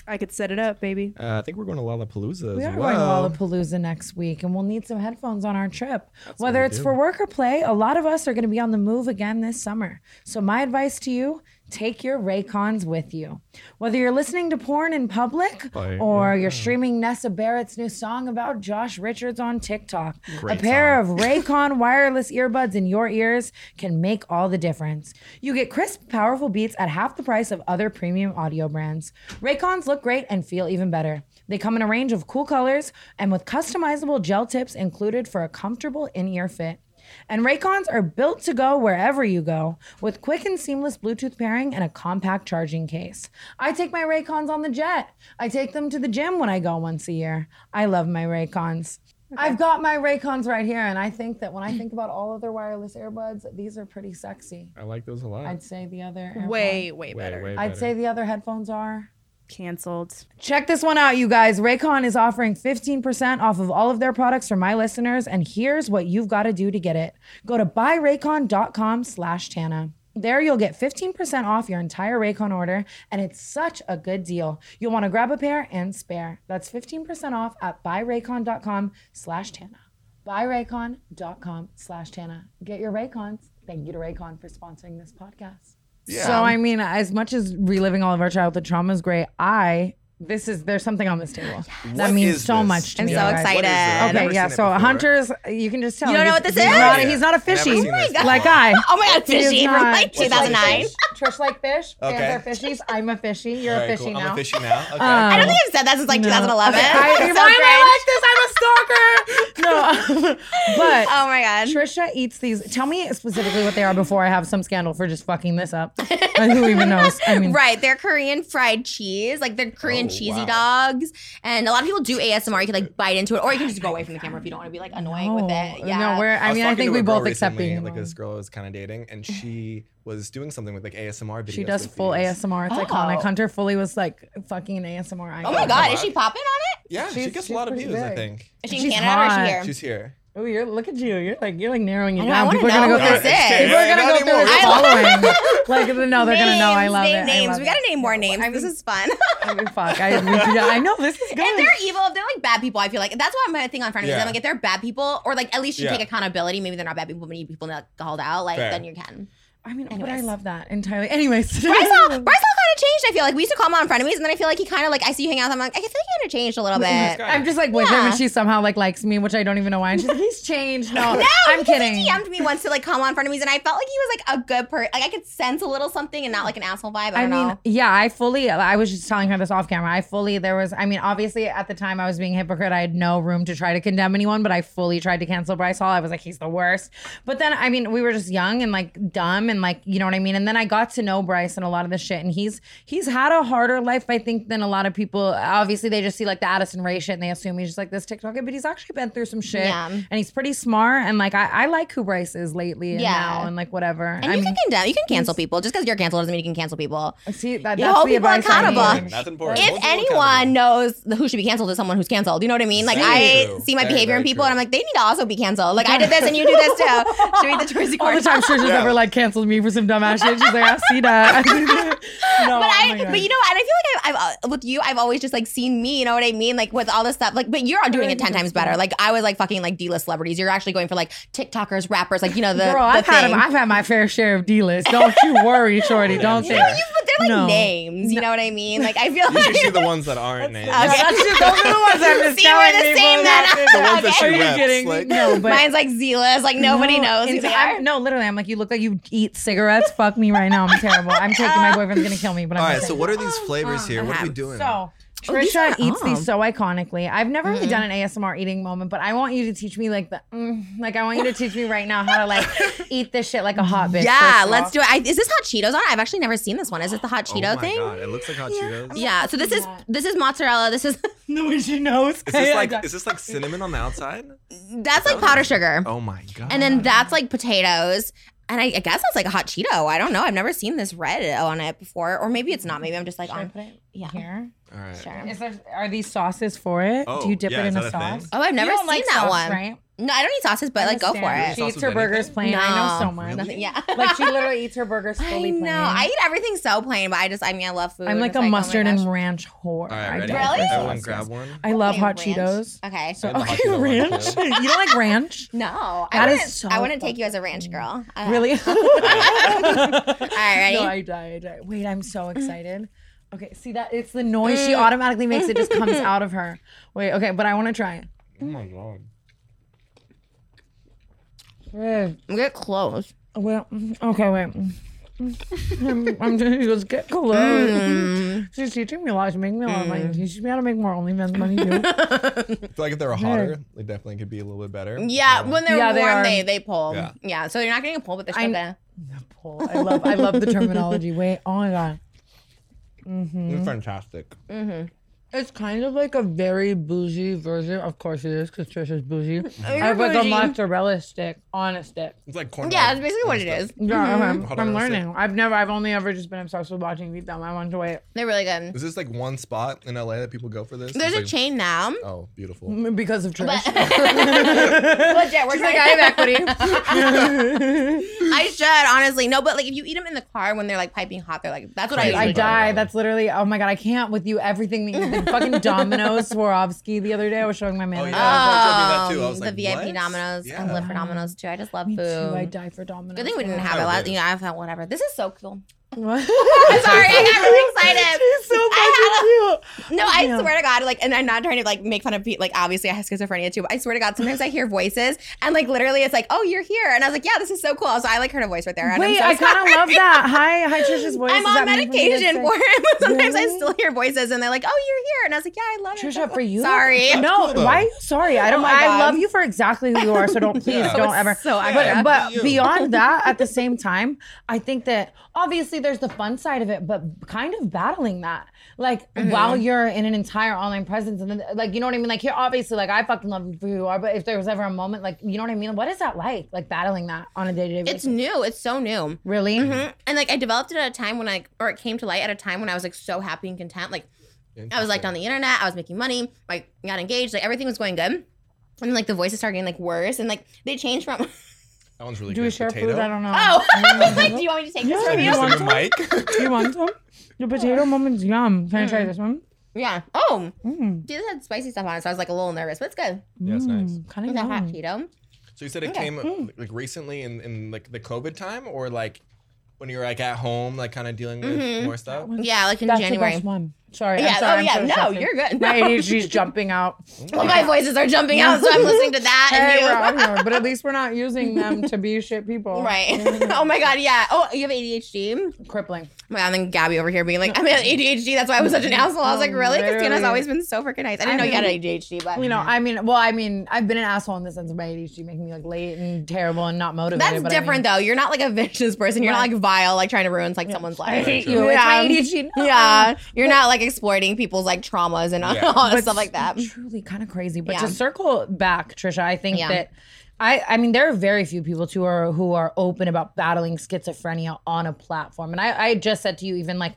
S4: I could set it up, baby.
S6: Uh, I think we're going to Lollapalooza.
S5: We
S6: as
S5: are
S6: well.
S5: going to Lollapalooza next week, and we'll need some headphones on our trip. Whether
S6: we
S5: it's
S6: do.
S5: for work or play, a lot of us are going to be on the move again this summer. So, my advice to you take your Raycons with you. Whether you're listening to porn in public
S6: Bye.
S5: or you're streaming Nessa Barrett's new song about Josh Richards on TikTok,
S6: Great
S5: a pair of Raycon wireless earbuds in your ears can make all the difference. You get crisp, powerful beats at half the price of other premium audio brands. Raycons look great and feel even better. They come in a range of cool colors and with customizable gel tips included for a comfortable in ear fit. And Raycons are built to go wherever you go with quick and seamless Bluetooth pairing and a compact charging case. I take my Raycons on the jet. I take them to the gym when I go once a year. I love my Raycons. I've got my Raycons right here, and I think that when I think about all other wireless earbuds, these are pretty sexy.
S6: I like those a lot.
S5: I'd say the other AirPod-
S4: Way, way better.
S5: I'd say the other headphones are.
S4: Cancelled.
S5: Check this one out, you guys. Raycon is offering 15% off of all of their products for my listeners, and here's what you've got to do to get it. Go to buyraycon.com slash Tana. There you'll get 15% off your entire Raycon order, and it's such a good deal. You'll want to grab a pair and spare. That's 15% off at buyraycon.com slash Tana. Buyraycon.com slash Tana. Get your Raycons. Thank you to Raycon for sponsoring this podcast. So I mean, as much as reliving all of our childhood trauma is great, I this is there's something on this table that
S6: What
S5: means
S6: is
S5: so
S6: this?
S5: much to
S2: I'm
S5: me.
S2: so
S5: guys.
S2: excited.
S6: I've
S5: Okay,
S6: never
S5: yeah.
S6: seen it
S5: So
S6: before.
S5: hunters, you can just tell.
S2: You don't know
S5: he's-
S2: what this
S5: he's
S2: is?
S5: Not, he's not a
S6: Never
S5: fishy
S6: seen this before.
S5: like I.
S2: Oh my god,
S5: He is
S2: fishy from
S5: not.
S2: like
S5: What's like
S2: 2009.
S6: fish?
S5: Trish like fish.
S6: Okay.
S5: Fans are fishies. I'm a fishy. You're
S6: Alright,
S5: a fishy
S6: cool.
S5: now. Um,
S6: I'm a fishy now. Okay.
S2: I don't think I've said that since like 2011.
S5: Okay, I, why
S2: So
S5: am I
S2: cringe.
S5: like this? I'm a stalker. No, but
S2: Oh my god.
S5: Trisha eats these. Tell me specifically what they are before I have some scandal for just fucking this up. And who even knows? I mean,
S2: Right, they're Korean fried cheese, like they're Korean
S6: Oh,
S2: cheesy
S6: wow.
S2: dogs, and a lot of people do ASMR. You can like bite into it, or you can just go away from the camera if you don't want to be like annoying with it. Yeah,
S5: Oh, No, we're. I,
S6: was
S5: mean, I
S6: talking
S5: think
S6: to
S5: we
S6: a girl
S5: both accept
S6: recently,
S5: being.
S6: Like this girl I was kind of dating, and she was doing something with like ASMR videos.
S5: she does
S6: with
S5: full
S6: these.
S5: ASMR. It's
S2: Oh.
S5: iconic. Hunter Foley was like fucking an ASMR icon.
S2: oh my god, is she popping on it?
S6: Yeah, she
S5: She's-
S6: gets a
S5: she's
S6: lot of
S5: pretty
S6: views. I
S5: big.
S6: think
S2: Is she in
S5: She's
S2: Canada or
S5: hot.
S2: is she here?
S6: she's here.
S5: Oh, you're look at you. You're like you're like narrowing it
S2: I know, I
S5: down.
S2: wanna
S5: People are gonna
S2: know
S5: go
S2: what
S5: through.
S2: this is.
S5: People are gonna
S6: Not
S5: go through
S6: anymore.
S5: their following. like no, they're gonna know. I
S2: Names,
S5: love
S2: name
S5: it.
S2: Names.
S5: I love
S2: we gotta name more names. this is fun.
S5: It. Fuck. I, I know this is
S2: If
S5: good.
S2: they're evil, if they're like bad people, I feel like that's why my thing on frenemies.
S6: Yeah.
S2: I'm like, if they're bad people, or like at least you
S6: Yeah.
S2: take accountability. Maybe they're not bad people, but you people not called out. Like
S6: Fair.
S2: then you can.
S5: I mean, but I
S2: Anyways.
S5: love that entirely. Anyways,
S2: Bryce Hall, Bryce Hall kind of changed. I feel like we used to call him on frenemies, and then I feel like he kind of like I see you hang out. with him, I'm like, I feel like you kind of changed a little bit.
S5: I'm just like with her,
S2: Yeah.
S5: and she somehow like likes me, which I don't even know why. And she's like, he's changed. No, I'm
S2: because
S5: kidding.
S2: He DM'd me once to like come on frenemies, and I felt like he was like a good person. Like I could sense a little something, and not like an asshole vibe.
S5: I
S2: I don't
S5: mean,
S2: know.
S5: yeah, I fully, I was just telling her this off camera. I fully, there was, I mean, obviously at the time I was being a hypocrite. I had no room to try to condemn anyone, but I fully tried to cancel Bryce Hall. I was like, he's the worst. But then, I mean, we were just young and like dumb and like, you know what I mean? And then I got to know Bryce and a lot of this shit. And he's, he's had a harder life, I think, than a lot of people. Obviously, they just see like the Addison Ray shit and they assume he's just like this TikTok, but he's actually been through some shit.
S2: Yeah.
S5: And he's pretty smart. And like, I, I like who Bryce is lately and
S2: Yeah.
S5: now and like whatever.
S2: And
S5: I
S2: you
S5: mean,
S2: can condemn, you can cancel people. Just because you're canceled doesn't mean you can cancel people.
S5: see, that, that's
S2: You hold
S5: the
S2: people
S5: advice I need.
S2: accountable.
S6: That's important.
S2: if
S6: Hold people
S2: anyone
S6: accountable.
S2: knows who should be canceled is someone who's canceled. You know what I mean? Like
S6: Very
S2: I
S6: true.
S2: see my
S6: Very,
S2: behavior in
S6: very
S2: people,
S6: true.
S2: and I'm like, they need to also be canceled. Like I did this, and you do this too. Should we the Jersey
S5: All the time Trish has
S6: Yeah.
S5: ever like canceled me for some dumbass shit. She's like, I see that. oh no,
S2: But I, but you know, and I feel like I've, I've uh, with you, I've always just like seen me. You know what I mean? Like with all this stuff. Like, but you're doing it ten times better. Like I was like fucking like D-list celebrities. You're actually going for like TikTokers, rappers, like you know the.
S5: girl,
S2: the
S5: I've had,
S2: thing.
S5: I've had my fair share of D list. Don't you worry, Shorty. Don't
S6: No,
S5: think.
S6: you-
S2: but they're like
S5: No.
S2: names. You know what I mean? Like I feel
S6: You should see
S2: like.
S6: the ones that aren't named.
S5: Yeah, that's just- those are the ones I'm just
S2: See, we're
S5: telling
S2: the
S5: people
S2: same
S5: that-
S2: then.
S6: The ones that she
S5: Are you
S6: reps,
S5: kidding me?
S6: like-
S5: No, but
S2: Mine's like Zela's. Like nobody
S5: No,
S2: knows who
S5: it's-
S2: they
S5: I'm-
S2: are.
S5: No, literally, I'm like, you look like you eat cigarettes. Fuck me right now. I'm terrible. I'm taking my boyfriend's gonna kill me. But I'm
S6: All
S5: gonna
S6: right.
S5: take
S6: So
S5: it.
S6: what are these flavors here? What are we doing?
S5: Oh, So
S2: Oh, these
S5: Trisha
S2: are Mm-hmm.
S5: eats
S2: up.
S5: these so iconically. I've never really done an ASMR eating moment, but I want you to teach me like the, mm, like I want you to teach me right now how to like eat this shit like a hot bitch.
S2: Yeah,
S5: first of
S2: let's
S5: all.
S2: do it. I, is this hot Cheetos on? it? I've actually never seen this one. Is it the hot
S6: oh
S2: Cheeto
S6: my
S2: thing?
S6: god, it looks like hot Cheetos.
S2: Yeah. So this is this is mozzarella. This is
S5: No one she knows.
S6: Is this like is this like cinnamon on the outside?
S2: That's like powdered sugar.
S6: Oh my god!
S2: And then that's like potatoes. And I, I guess that's like a hot Cheeto. I don't know. I've never seen this red on it before. Or maybe it's not. Maybe I'm just like on. Yeah.
S5: here?
S6: all right.
S2: Sure.
S5: Is there, are these sauces for it?
S6: Oh,
S5: Do you dip
S6: yeah,
S5: it in
S6: is
S5: a
S6: that a thing?
S5: sauce?
S2: Oh, I've never
S5: You
S2: seen
S5: don't like
S2: that
S5: sauce,
S2: one.
S5: Right?
S2: No, I don't eat sauces, but like go for
S5: Understand.
S2: it.
S5: She
S6: Sauce
S5: eats her
S6: with
S5: burgers
S6: anything?
S5: plain. I know so
S2: No.
S5: much.
S6: Really?
S2: Nothing. Yeah.
S5: like she literally eats her burgers fully
S2: I
S5: plain.
S2: know. I eat everything so plain, but I just I mean I love food.
S5: I'm like
S2: It's
S5: a
S2: oh my
S5: mustard
S2: gosh.
S5: and ranch whore.
S6: All
S5: I
S6: right. Ready?
S5: don't
S2: Really?
S5: like
S6: Everyone
S5: sauces.
S6: grab one.
S5: I love
S2: Okay,
S5: hot
S2: ranch.
S5: Cheetos.
S2: Okay.
S5: So
S6: And the hot
S5: okay,
S6: Cheeto
S5: ranch.
S6: ones,
S5: you don't like ranch?
S2: no, I
S5: That is
S2: wouldn't.
S5: so
S2: I wouldn't take you as a ranch girl. Uh,
S5: Really? All
S2: right, ready?
S5: No, I die, I die. Wait, I'm so excited. Okay, see that? It's the noise she automatically makes. It just comes out of her. Wait, okay, but I want to try it.
S6: Oh my god.
S2: Get close.
S5: Well, mm, okay, wait. I'm, I'm just, she goes, get close. She's teaching me a lot. She's making me a lot of money. She teaches me how to make more OnlyFans money too.
S6: I feel like if they were hotter, they definitely could be a little bit better.
S2: Yeah, when they're
S5: Yeah, they
S2: warm,
S5: are.
S2: they, they pull.
S6: Yeah.
S2: Yeah. so you're not getting a pull, but they're still
S5: I'm-
S2: gonna.
S5: Pull. I love, I love the terminology. Wait, oh my god,
S6: They're fantastic.
S5: it's kind of like a very bougie version. Of course it is, because Trisha's bougie. I have like a
S2: bougie.
S5: mozzarella stick on a stick.
S6: It's like corn. dogs.
S2: Yeah, that's basically what it is.
S5: Yeah, okay.
S6: Hold
S5: I'm,
S6: on a
S5: learning. I've never, I've only ever just been obsessed with watching Eat Them. I want to wait
S2: They're really good.
S6: Is this like one spot in LA that people go for this?
S2: There's
S6: It's
S2: a
S6: like-
S2: chain now.
S6: Oh, beautiful.
S5: because of Trish.
S2: But legit, we're like I have equity. I should honestly no, but like if you eat them in the car when they're like piping hot, they're like that's what I
S6: Crazy.
S2: usually
S5: I
S6: Like-
S5: die. That's literally. Oh my god, I can't with you. Everything that you did. fucking Domino's Swarovski the other day. I was showing my man.
S6: Oh,
S5: I
S6: yeah.
S5: love.
S6: I showed me that too. I
S2: Um,
S6: was
S2: the
S6: like,
S2: VIP
S6: what?
S2: Domino's.
S6: Yeah.
S2: I live for Domino's too. I just love
S5: Me
S2: food.
S5: too. I die for Domino's.
S2: Good thing we didn't have
S6: I
S2: it last.
S6: wish.
S2: You know, I thought whatever. This is so cool.
S5: What?
S2: I'm sorry, I got really excited.
S5: She's so
S2: I
S5: fucking cute.
S2: No, I
S5: Yeah.
S2: swear to God, like, and I'm not trying to like make fun of people. Like, obviously, I have schizophrenia too. But I swear to God, sometimes I hear voices, and like literally, it's like, "Oh, you're here," and I was like, "Yeah, this is so cool." So I like heard a voice right there. And
S5: Wait,
S2: I'm
S5: I
S2: so
S5: kind of
S2: sorry.
S5: love that. Hi, hi, Trisha's voice.
S2: I'm
S5: Does
S2: on
S5: that mean for me to
S2: medication
S5: say-
S2: for it, but sometimes I
S5: Really?
S2: still hear voices, and they're like, "Oh, you're here," and I was like, "Yeah, I love it."
S5: Trisha, for you.
S2: Sorry.
S5: No,
S6: cool, though.
S5: why are you sorry? I don't.
S2: my
S5: I
S2: God.
S5: love you for exactly who you are. So don't please
S6: Yeah.
S5: don't ever.
S2: So I
S5: but
S6: Yeah,
S5: but
S6: you.
S5: beyond that, at the same time, I think that obviously there's the fun side of it, but kind of battling that, like while you're in an entire online presence, and then, like you know what I mean. Like here, obviously, like I fucking love you for who you are, but if there was ever a moment, like you know what I mean, what is that like? Like battling that on a day to day
S2: it's
S5: basis.
S2: new. It's so new.
S5: really.
S2: Mhm. And like I developed it at a time when I, or it came to light at a time when I was like so happy and content. Like I was like on the internet, I was making money, like got engaged, like everything was going good. And then like the voices started getting like worse, and like they changed from.
S6: That one's really
S5: Do
S6: good.
S5: we share
S6: Potato.
S5: food? I don't know.
S2: Oh, I was like, do you want me to take this
S5: Yeah.
S2: from
S5: You
S2: you?
S5: want
S6: Is it your mic?
S5: Do you want some? The potato moment's yum. Can I try this one?
S2: Yeah. Oh,
S5: Mm.
S2: dude, this had spicy stuff on it, so I was like a little nervous, but it's good.
S6: Yeah, it's nice.
S5: Kind of
S2: It's a hot Cheeto.
S6: So you said it
S2: Okay.
S6: came
S5: Hmm.
S6: like recently in, in like the COVID time, or like when you were like at home, like kind of dealing with
S5: Mm-hmm.
S6: more stuff.
S2: Yeah, like in
S5: That's the
S2: January.
S5: best one. Sorry.
S2: Yeah.
S5: I'm sorry,
S2: oh,
S5: I'm
S2: yeah.
S5: so
S2: no,
S5: distracted.
S2: you're good.
S5: My
S2: No.
S5: ADHD's jumping out.
S2: Well, my voices are jumping out, so I'm listening to that
S5: Hey, we're
S2: and
S5: out here, but at least we're not using them to be shit people.
S2: you. Right. oh my God. Yeah. Oh, you have ADHD.
S5: Crippling.
S2: My and then Gabby over here being like, I'm ADHD. That's why I was such an asshole. I was like, really? Because Tina's
S5: Literally.
S2: always been so freaking nice. I didn't know you had ADHD, but
S5: You know, I mean, well, I mean, I've been an asshole in the sense of my ADHD making me like late and terrible and not motivated.
S2: that's
S5: but I mean-
S2: different though. You're not like a vicious person. You're not like vile, like trying to ruin like someone's
S5: I
S2: life.
S5: hate you.
S2: Yeah.
S5: It's my ADHD. No.
S2: Yeah, you're not like exploiting people's like traumas and all,
S6: Yeah.
S2: all that
S5: But
S2: stuff like that.
S5: Truly kind of crazy. But
S2: Yeah.
S5: to circle back, Trisha, I think
S2: Yeah.
S5: that I I mean there are very few people too are who are open about battling schizophrenia on a platform. And I, I just said to you even like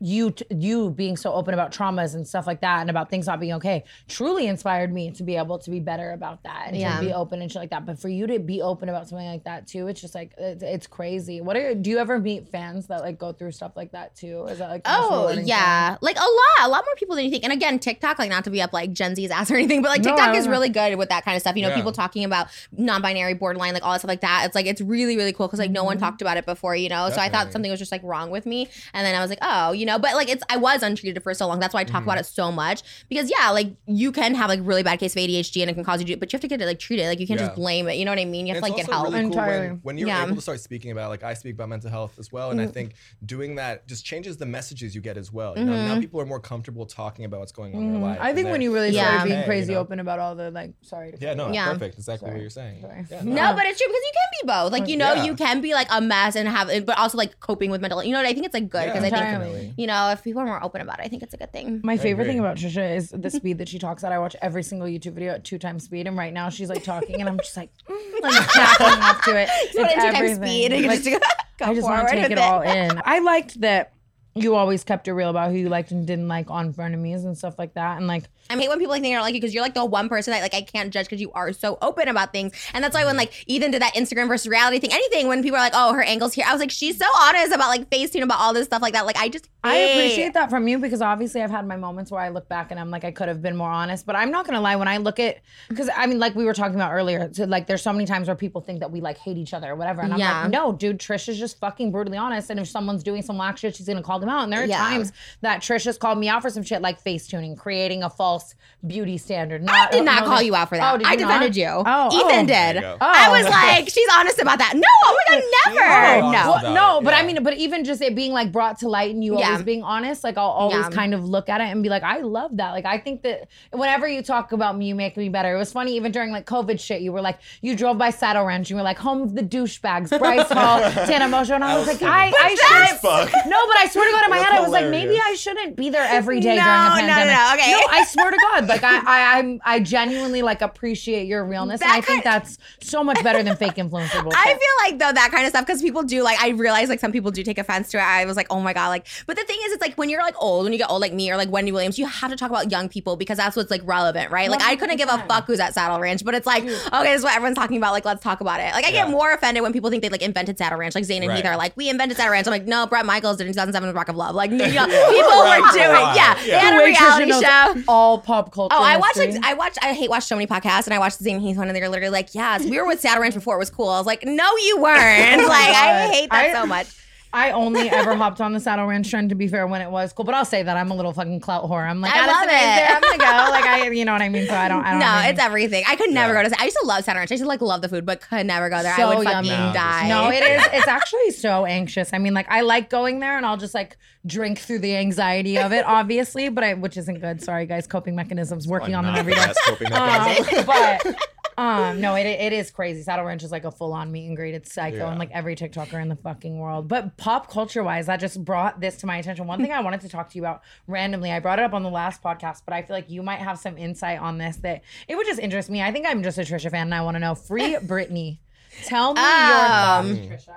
S5: you t- you being so open about traumas and stuff like that and about things not being okay truly inspired me to be able to be better about that and
S2: Yeah.
S5: to be open and shit like that but for you to be open about something like that too it's just like it's, it's crazy what are do you ever meet fans that like go through stuff like that too is that like the most
S2: Oh
S5: rewarding
S2: yeah, like a lot, a lot more people than you think. And again, TikTok, like not to be up like Gen Z's ass or anything, but like
S5: No, I
S2: TikTok
S5: don't
S2: is
S5: know.
S2: really good with that kind of stuff. You know,
S6: Yeah.
S2: people talking about non-binary, borderline, like all that stuff like that. It's like it's really really cool because like no
S5: Mm-hmm.
S2: one talked about it before. You know, so I
S6: Definitely.
S2: thought something was just like wrong with me, and then I was like, oh, you know, but like it's I was untreated for so long. That's why I talk
S6: Mm-hmm.
S2: about it so much because yeah, like you can have like really bad case of ADHD and it can cause you, but you have to get it like treated. Like you can't
S6: Yeah.
S2: just blame it. You know what I mean? You have
S6: And
S2: to like
S6: it's
S2: get
S6: also
S2: help.
S6: really cool
S5: Entirely.
S6: when, when you're
S2: Yeah.
S6: able to start speaking about like I speak about mental health as well,
S5: Mm-hmm.
S6: and I think doing that just changes the messages you get as well. You know, now people are more comfortable talking about what's going on in their life.
S5: Mm-hmm. I
S6: and
S5: think
S6: they're-
S5: when you really
S6: they're
S5: started
S2: Yeah.
S5: being
S6: okay,
S5: crazy
S6: you know?
S5: open about all the like, sorry. To
S6: Yeah, no,
S2: Yeah.
S6: perfect. Exactly what you're saying. Yeah,
S2: No, but it's true because you can be both. Like you know,
S6: Yeah.
S2: you can be like a mess and have, but also like coping with mental. You know what I think? It's like good because I think
S5: Entirely.
S2: you know, if people are more open about it, I think it's a good thing.
S5: My favorite
S6: agree.
S5: thing about Trisha is the speed that she talks at. I watch every single YouTube video at two times speed, and right now she's like talking, and I'm just like, mm, I'm just backing up to it. It's
S2: But I do have
S5: everything.
S2: speed. You
S5: Like,
S2: just go
S5: I just want
S2: forward
S5: to take
S2: with
S5: it, all in. I liked that you always kept it real about who you liked and didn't like on frenemies and stuff like that, and like
S2: I hate when people like think I don't like you because you're like the one person that like I can't judge because you are so open about things. And that's why when like Ethan did that Instagram versus reality thing, anything when people are like, oh, her angle's here, I was like, she's so honest about like Facetune about all this stuff like that. Like I just
S5: I
S2: hate-
S5: appreciate that from you because obviously I've had my moments where I look back and I'm like I could have been more honest, but I'm not gonna lie when I look at because I mean like we were talking about earlier, so like there's so many times where people think that we like hate each other or whatever, and I'm
S2: Yeah.
S5: like no, dude, Trish is just fucking brutally honest, and if someone's doing some whack shit, she's gonna call them out, and there are
S2: Yeah.
S5: times that Trish has called me out for some shit like face tuning, creating a false beauty standard. Not,
S2: I did not
S5: no,
S2: call you out for that.
S5: Oh, did
S2: I
S5: you not?
S2: defended you.
S5: Oh,
S2: Ethan
S5: oh.
S6: There
S2: did.
S6: you go.
S2: I
S5: Oh.
S2: was like, she's honest about that. No, oh my god, never.
S6: She's
S2: no.
S6: honest.
S5: Well,
S6: about
S5: no,
S6: it,
S5: but I
S6: yeah.
S5: mean, but even just it being like brought to light and you
S2: Yeah.
S5: always being honest, like I'll always
S2: Yeah.
S5: kind of look at it and be like, I love that. Like I think that whenever you talk about me, you make me better. It was funny even during like COVID shit. You were like, you drove by Saddle Ranch. You were like, home of the douchebags, Bryce Hall, Tana Mojo, and I was like, I, I
S6: that's-
S5: should. No, but I swear to God, in my
S6: That's
S5: head, I was like,
S6: hilarious.
S5: maybe I shouldn't be there every day
S2: No,
S5: during the
S2: no, no,
S5: pandemic.
S2: no, okay.
S5: I swear to God, like I, I, I'm, I genuinely like appreciate your realness, and
S2: That
S5: I think that's so much better than fake influencer bullshit.
S2: I feel like though that kind of stuff because people do like I realize like some people do take offense to it. I was like, oh my god, like. But the thing is, it's like when you're like old, when you get old like me or like Wendy Williams, you have to talk about young people because that's what's like relevant, right? Like I couldn't give a fuck who's at Saddle Ranch, but it's like okay, this is what everyone's talking about. Like let's talk about it. Like I get
S6: Yeah.
S2: more offended when people think they like invented Saddle Ranch. Like Zayn and
S6: Right.
S2: Heath are like, we invented Saddle Ranch. I'm like, no, Brett Michaels did in 2007 with Rock of Love. Like you know, people
S6: Right,
S2: were doing,
S6: right.
S2: yeah, they
S6: Yeah.
S2: had a
S5: Waitress
S2: reality
S5: knows
S2: show.
S5: all pop culture.
S2: Oh, I watch like
S5: history.
S2: I watch I hate watch so many podcasts and I watched the same Heath one and they were literally like, Yes, we were with Saddle Ranch before it was cool. I was like, No, you weren't. like I
S5: Oh God.
S2: hate that
S5: I-
S2: so much.
S5: I only ever hopped on the Saddle Ranch trend. To be fair, when it was cool, but I'll say that I'm a little fucking clout whore. I'm like,
S2: I
S5: I
S2: love
S5: love
S2: it.
S5: I'm gonna go. Like I, you know what I mean. So I don't. I don't
S2: No,
S5: have
S2: it's everything. I could never
S6: Yeah.
S2: go to I used to love Saddle Ranch. I used to like love the food, but could never go there. I
S5: So
S2: would fucking
S5: yummy.
S6: No, just-
S2: die.
S5: No, it is. It's actually so anxious. I mean, like I like going there, and I'll just like drink through the anxiety of it, obviously. But I, which isn't good. Sorry, guys. Coping mechanisms. Working on them every day. Um, but um, no, it it is crazy. Saddle Ranch is like a full on meet and greet. It's psycho,
S6: Yeah.
S5: and like every TikToker in the fucking world. But pop culture wise, that just brought this to my attention. One thing I wanted to talk to you about randomly. I brought it up on the last podcast, but I feel like you might have some insight on this that it would just interest me. I think I'm just a Trisha fan, and I want to know. Free Britney. Tell me
S2: Um,
S5: your thoughts, Trisha.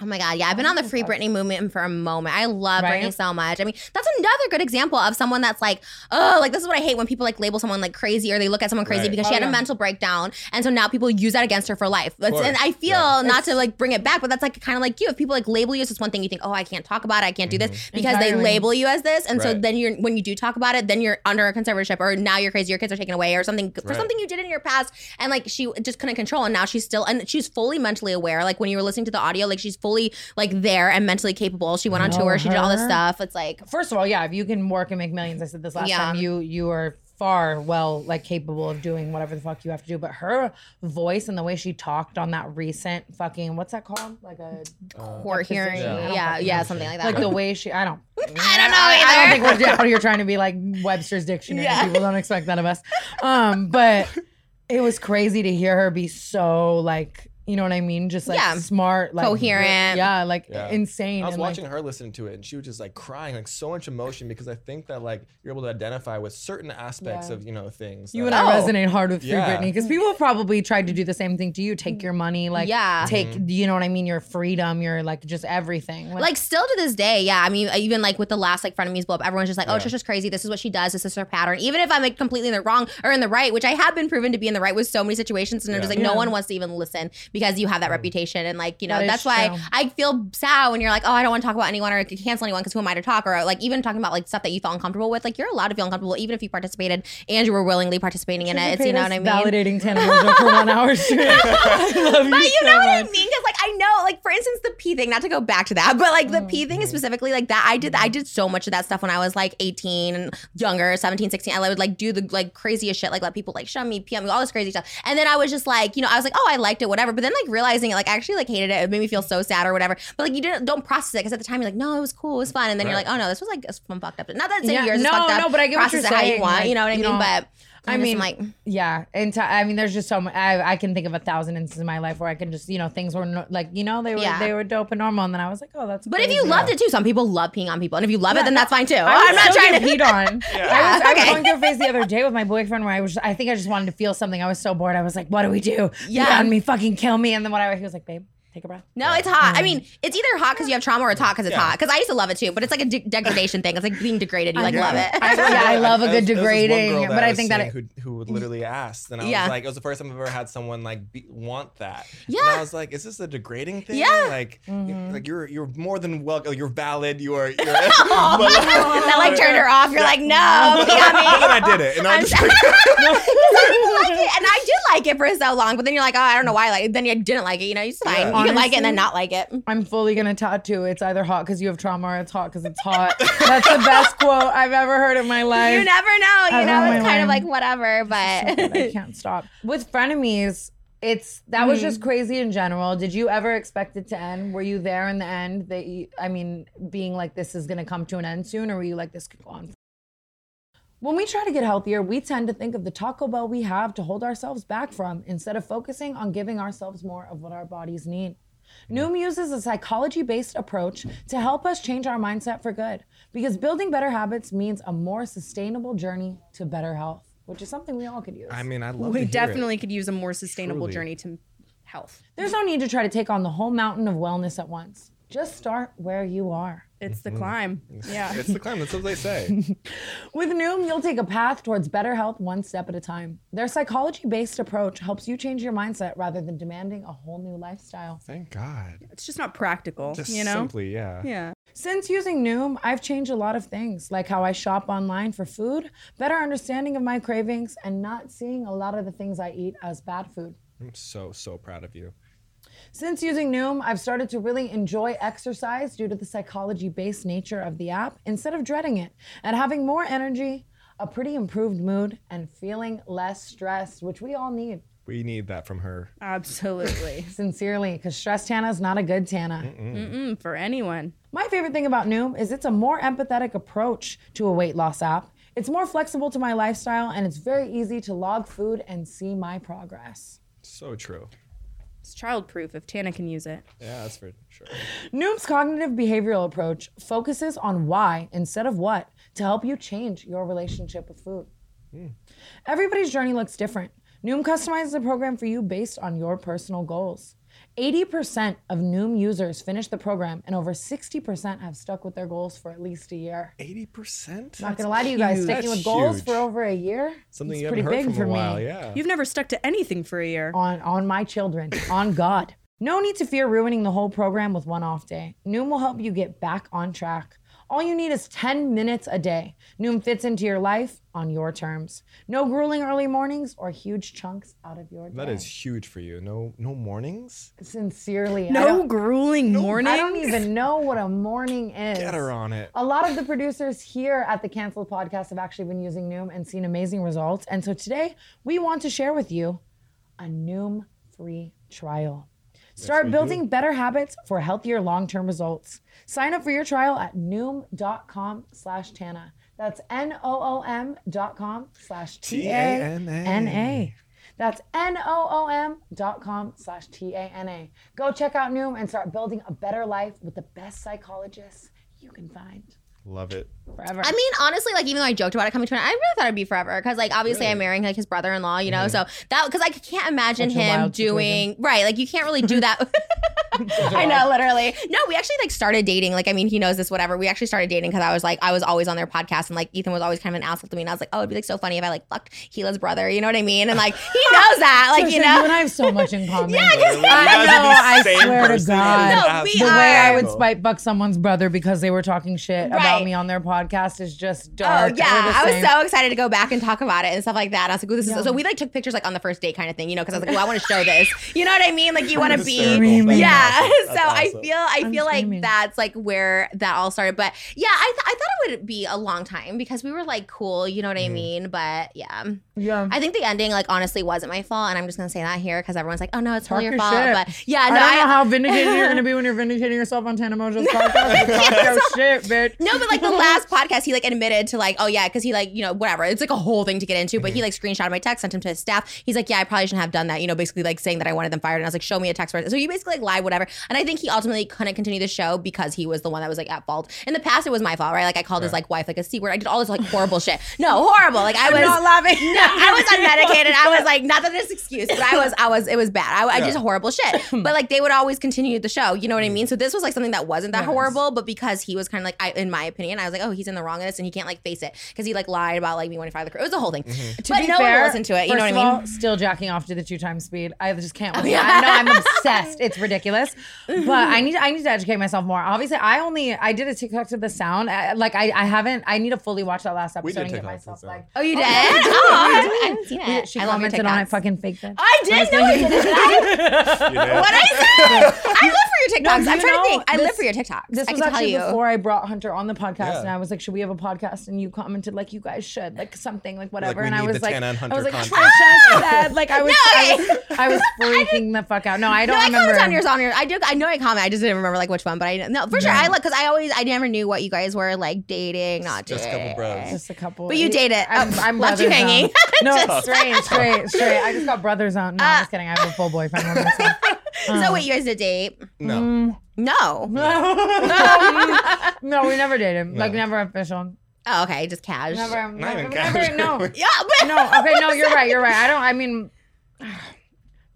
S2: Oh my god, yeah. I've been on the free Britney movement for a moment. I love
S5: Right?
S2: Britney so much. I mean, that's another good example of someone that's like, oh, like this is what I hate when people like label someone like crazy or they look at someone crazy
S6: Right.
S2: because she
S5: Oh,
S2: had a
S5: yeah.
S2: mental breakdown. And so now people use that against her for life. That's-
S6: course,
S2: and I feel
S6: yeah.
S2: not to like bring it back, but that's like kind of like you. If people like label you as this one thing, you think, oh, I can't talk about it, I can't do this because they
S5: Entirely.
S2: label you as this. And so
S6: Right.
S2: then you're when you do talk about it, then you're under a conservatorship or now you're crazy, your kids are taken away or something for
S6: Right.
S2: something you did in your past. And like she just couldn't control. And now she's still and she's fully mentally aware. Like when you were listening to the audio, like she's fully like there and mentally capable. She went on
S5: Know
S2: tour, she did all this
S5: her.
S2: stuff. It's like
S5: First of all, yeah, if you can work and make millions, I said this last
S2: Yeah.
S5: time, you you are far well like capable of doing whatever the fuck you have to do. But her voice and the way she talked on that recent fucking what's that called? Like a
S2: court hearing.
S5: I
S2: Yeah,
S5: don't
S2: yeah,
S5: fucking
S2: something like that.
S5: like the way she I don't I don't know
S2: either.
S5: I, don't think we're out here trying to be like Webster's dictionary.
S2: Yeah.
S5: People don't expect that of us. Um, but it was crazy to hear her be so like you know what I mean? Just like
S2: Yeah.
S5: smart, like
S2: Coherent.
S5: Yeah, like
S6: Yeah.
S5: insane.
S6: I was
S5: and, like,
S6: watching her listening to it, and she was just like crying, like so much emotion, because I think that like you're able to identify with certain aspects
S5: Yeah.
S6: of you know things.
S5: You
S6: that-
S5: and I
S2: Oh.
S5: resonate hard with Free
S6: Yeah.
S5: Britney because people have probably tried to do the same thing to you. Take your money, like
S2: Mm, Yeah.
S5: take you know what I mean, your freedom, your like just everything.
S2: like still to this day, yeah. I mean, uh, even like with the last like frenemies blow up, everyone's just like, "Oh, Trisha's crazy. This is what she does. This is her pattern." Even if I'm like completely in the wrong or in the right, which I have been proven to be in the right with so many situations, and I'm just like, no one wants to even listen because you have that reputation, and like you know,
S5: That is
S2: that's why
S5: true.
S2: I feel sad when you're like, "Oh, I don't want to talk about anyone or cancel anyone because who am I to talk?" Or like even talking about like stuff that you felt uncomfortable with, like you're allowed to feel uncomfortable even if you participated and you were willingly participating in it. It's you know what I mean.
S5: Validating Tana Mojo for one hour straight. I love
S2: But
S5: you,
S2: you
S5: so
S2: know what I
S5: much.
S2: mean? Because like I know, like for instance, the pee thing. Not to go back to that, but like the pee
S5: Mm-hmm.
S2: thing specifically, like that. I did. I did so much of that stuff when I was like 18 and younger, 17, 16. I would like do the like craziest shit, like let people like shun me, PM me, all this crazy stuff. And then I was just like, you know, I was like, oh, I liked it, whatever. But then like realizing it, like I actually like hated it. It made me feel so sad or whatever. But like you didn't don't process it because at the time you're like, no, it was cool, it was fun. And then you're
S6: Right.
S2: like, oh no, this was like it's fun, fucked up. Not that it's
S5: Yeah.
S2: yours, is
S5: No,
S2: fucked up.
S5: no, but I get what you're
S2: process it how you
S5: saying,
S2: want.
S5: like,
S2: you know what I
S5: you
S2: mean?
S5: know,
S2: but I mean, like hmm.
S5: Yeah, and t- I mean, there's just so much. I, I can think of a thousand instances in my life where I can just, you know, things were no, like, you know, they were
S2: Yeah.
S5: they were dope and normal, and then I was like, oh, that's.
S2: But if
S5: crazy.
S2: you loved it too, some people love peeing on people, and if you love it, then that's fine too.
S5: I
S2: I'm
S5: would
S2: not
S5: still
S2: trying
S5: get
S2: to.
S5: peed on. I, was, I was
S2: Okay.
S5: going through a phase the other day with my boyfriend where I was. I think I just wanted to feel something. I was so bored. I was like, what do we do?
S2: Yeah.
S5: Yeah, on me, fucking kill me. And then whatever, he was like, babe, take a breath.
S2: No, it's hot.
S5: Mm.
S2: I mean, it's either hot because you have trauma or it's hot because it's
S6: Yeah.
S2: hot. Because I used to love it too, but it's like a de- degradation thing. It's like being degraded. You like love it.
S5: I, yeah, I love a good
S6: There was- there was this one
S5: degrading,
S6: girl that
S5: but I
S6: was
S5: think that
S6: seeing
S5: it,
S6: who who would literally asked, and I
S2: Yeah.
S6: was like, it was the first time I've ever had someone like be, want that. and
S2: Yeah.
S6: I was like, is this a degrading thing?
S2: Yeah.
S6: like
S5: Mm-hmm.
S6: like you're you're more than welcome. You're valid. You are. You're, but, like,
S2: that like turned her off. You're like, no, pee on me.
S6: But then I did it, and I was just like,
S2: Some people like it, and I did like it for so long, but then you're like, oh, I don't know why. I Like, then you didn't like it. You know, it's fine. You can like it and then not like it.
S5: I'm fully gonna tattoo. It's either hot because you have trauma, or it's hot because it's hot. That's the best quote I've ever heard in my life.
S2: You never know. You
S5: I
S2: know,
S5: love
S2: it's
S5: my
S2: kind of like
S5: wine.
S2: whatever. But
S5: But I can't stop. With frenemies, it's that was just crazy in general. Did you ever expect it to end? Were you there in the end? That you, I mean, being like this is gonna come to an end soon, or were you like this could go on? When we try to get healthier, we tend to think of the Taco Bell we have to hold ourselves back from instead of focusing on giving ourselves more of what our bodies need. Noom uses a psychology based approach to help us change our mindset for good because building better habits means a more sustainable journey to better health, which is something we all could use.
S6: I mean, I love. to
S4: We
S6: hear it.
S4: definitely could use a more sustainable
S6: Truly.
S4: journey to health.
S5: There's no need to try to take on the whole mountain of wellness at once. Just start where you are.
S4: It's the climb. Yeah.
S6: Mm-hmm. It's the climb. That's what they say.
S5: With Noom, you'll take a path towards better health one step at a time. Their psychology based approach helps you change your mindset rather than demanding a whole new lifestyle.
S6: Thank God.
S4: It's just not practical,
S6: Just
S4: you know?
S6: simply, yeah.
S4: Yeah.
S5: Since using Noom, I've changed a lot of things, like how I shop online for food, better understanding of my cravings, and not seeing a lot of the things I eat as bad food.
S6: I'm so so proud of you.
S5: Since using Noom, I've started to really enjoy exercise due to the psychology based nature of the app instead of dreading it and having more energy, a pretty improved mood, and feeling less stressed, which we all need.
S6: We need that from her.
S4: Absolutely.
S5: Sincerely, because stress Tana is not a good Tana.
S4: Mm, For anyone.
S5: My favorite thing about Noom is it's a more empathetic approach to a weight loss app. It's more flexible to my lifestyle and it's very easy to log food and see my progress.
S6: So true.
S4: It's childproof if Tana can use it.
S6: Yeah, that's for sure.
S5: Noom's cognitive behavioral approach focuses on why instead of what to help you change your relationship with food. Everybody's journey looks different. Noom customizes the program for you based on your personal goals. 80% of Noom users finish the program, and over 60% have stuck with their goals for at least a year.
S6: Eighty percent.
S5: Not gonna lie to you guys, sticking
S6: That's
S5: with goals
S6: huge.
S5: for over a year?
S6: Something
S5: it's
S6: you
S5: pretty
S6: haven't
S5: big
S6: heard from
S5: for
S6: a
S5: me
S6: while. Yeah.
S4: You've never stuck to anything for a year.
S5: on on my children, on God. No need to fear ruining the whole program with one off day. Noom will help you get back on track. All you need is 10 minutes a day. Noom fits into your life on your terms. No grueling early mornings or huge chunks out of your day.
S6: That is huge for you. No, no mornings.
S5: sincerely. I
S4: No
S5: don't,
S4: grueling morning.
S5: I don't even know what a morning is.
S6: Get her on it.
S5: A lot of the producers here at the Canceled Podcast have actually been using Noom and seen amazing results. And so today we want to share with you a Noom free trial. Start building better habits for healthier long-term results. Sign up for your trial at noom.com slash Tana. That's N-O-O-M dot com slash T-A-N-A. That's N-O-O-M dot com slash T-A-N-A. Go check out Noom and start building a better life with the best psychologists you can find
S6: Love it.
S5: forever.
S2: I mean, honestly, like even though I joked about it coming to an end, I really thought it'd be forever because, like, obviously, I'm marrying like his brother-in-law, you know. So that because I can't imagine
S5: Mm-hmm. Such a
S2: him
S5: wild
S2: doing right. Like, you can't really do that. I know, literally. No, we actually like started dating. Like, I mean, he knows this, whatever. We actually started dating because I was like, I was always on their podcast, and like Ethan was always kind of an asshole to me, and I was like, oh, it'd be like so funny if I like fucked Gila's brother. You know what I mean? And like, he knows that. Like,
S5: Trisha,
S2: you know.
S5: and I have so much in common. yeah,
S6: You guys
S5: know,
S6: are
S5: I
S6: the same
S5: swear to
S6: person.
S5: God.
S2: No, we
S5: the way I would
S6: Cool.
S5: spite buck someone's brother because they were talking shit
S2: Right.
S5: about me on their podcast is just
S2: Oh
S5: dark.
S2: yeah, I
S5: We're the
S2: was
S5: same.
S2: so excited to go back and talk about it and stuff like that. I was like, "Ooh, this is so." We like took pictures like on the first date kind of thing, you know, because I was like, "Well, I want to show this," you know what I mean? Like you want to be,
S6: Hysterical.
S2: yeah. yeah.
S6: awesome.
S2: So
S6: That's
S2: I
S6: awesome.
S2: feel I
S5: I'm
S2: feel
S5: screaming.
S2: like that's like where that all started. But yeah, I th- I thought it would be a long time because we were like cool, you know what I
S6: Mhm.
S2: mean? But yeah.
S5: Mm-hmm. Yeah.
S2: I think the ending like honestly wasn't my fault and I'm just going to say that here cuz everyone's like, "Oh no, it's
S5: Talk
S2: totally your
S5: your
S2: fault."
S5: shit.
S2: But yeah,
S5: I
S2: no,
S5: don't
S2: I,
S5: know how vindicated you're gonna be when you're vindicating yourself on Tana Mojo's podcast. Talk your shit, bitch.
S2: No, but like the last podcast, he like admitted to like, oh yeah, because he like, you know, whatever. It's like a whole thing to get into. But he like screenshotted my text, sent him to his staff. He's like, yeah, I probably shouldn't have done that. You know, basically like saying that I wanted them fired. And I was like, show me a text. where- So he basically like lied, whatever. And I think he ultimately couldn't continue the show because he was the one that was like at fault. In the past, it was my fault, right? Like I called his like wife like a c word. I did all this like horrible shit. No, horrible. Like I was
S5: Not laughing.
S2: no, I was unmedicated. I was like, not that it's an excuse, but I was, I was, it was bad. I, I just horrible shit. But like, they would always continue the show. You know what I
S5: Mm.
S2: mean? So this was like something that wasn't that horrible, but because he was kind of like, I, in my opinion, I was like, oh, he's in the wrong of this, and he can't like face it because he like lied about like me wanting to fire the crew. It was a whole thing.
S5: To
S2: but
S5: be
S2: no
S5: fair,
S2: one listened to it. You
S5: first
S2: know what
S5: of
S2: I mean?
S5: all, still jacking off to the two times speed. I just can't. Listen.
S2: yeah.
S5: I know I'm obsessed. It's ridiculous. But I need I need to educate myself more. Obviously, I only I did a TikTok to the sound. I, like I, I haven't. I need to fully watch that last
S6: We
S5: episode
S6: did
S5: and get
S6: TikTok to the
S5: myself
S6: sound.
S5: like.
S2: oh, you did? Oh, I haven't seen it.
S5: She
S2: I love your
S5: commented on it.
S2: TikToks.
S5: Fucking fake bitch.
S2: I did. No, I didn't. Did I? What I said? I live for your
S5: No,
S2: TikToks. I'm
S5: you
S2: trying
S5: know,
S2: to think. I live
S5: this-
S2: for your TikToks.
S5: This
S2: I
S5: was
S2: can tell
S5: actually
S2: you.
S5: before I brought Hunter on the podcast,
S6: Yeah.
S5: and I was like, "Should we have a podcast?" And you commented like, "You guys should like something like
S6: like,
S5: whatever."
S6: we
S5: and I
S6: need
S5: was
S6: the
S5: like,
S6: Tana and
S5: I was
S6: Hunter
S5: like,
S6: content.
S5: Trisha said like I was, I
S2: okay.
S5: was, I was freaking the fuck out. No, I don't
S2: No, I
S5: remember.
S2: comment on yours on yours. I do. I know I comment. I just didn't remember like which one, but I no for sure. I like because I always I never knew what you guys were like dating, not
S6: Just a
S2: dating.
S6: couple bros.
S5: Just a couple.
S2: But you date it.
S5: I'm,
S2: Oh,
S5: I'm
S2: left you
S5: brother zone.
S2: hanging.
S5: No, straight, straight, straight. I just got brothers on. No, I'm
S2: Uh.
S5: just kidding. I have a full boyfriend. One more time.
S6: Uh-huh.
S2: So wait, you guys did date?
S6: No.
S2: No.
S5: no, we never dated. Like never official.
S2: Oh, okay, just cash.
S5: Never.
S6: Not
S5: never,
S6: even
S5: never no.
S2: Yeah, but
S5: No. Okay. No, you're right. You're right. I don't. I mean,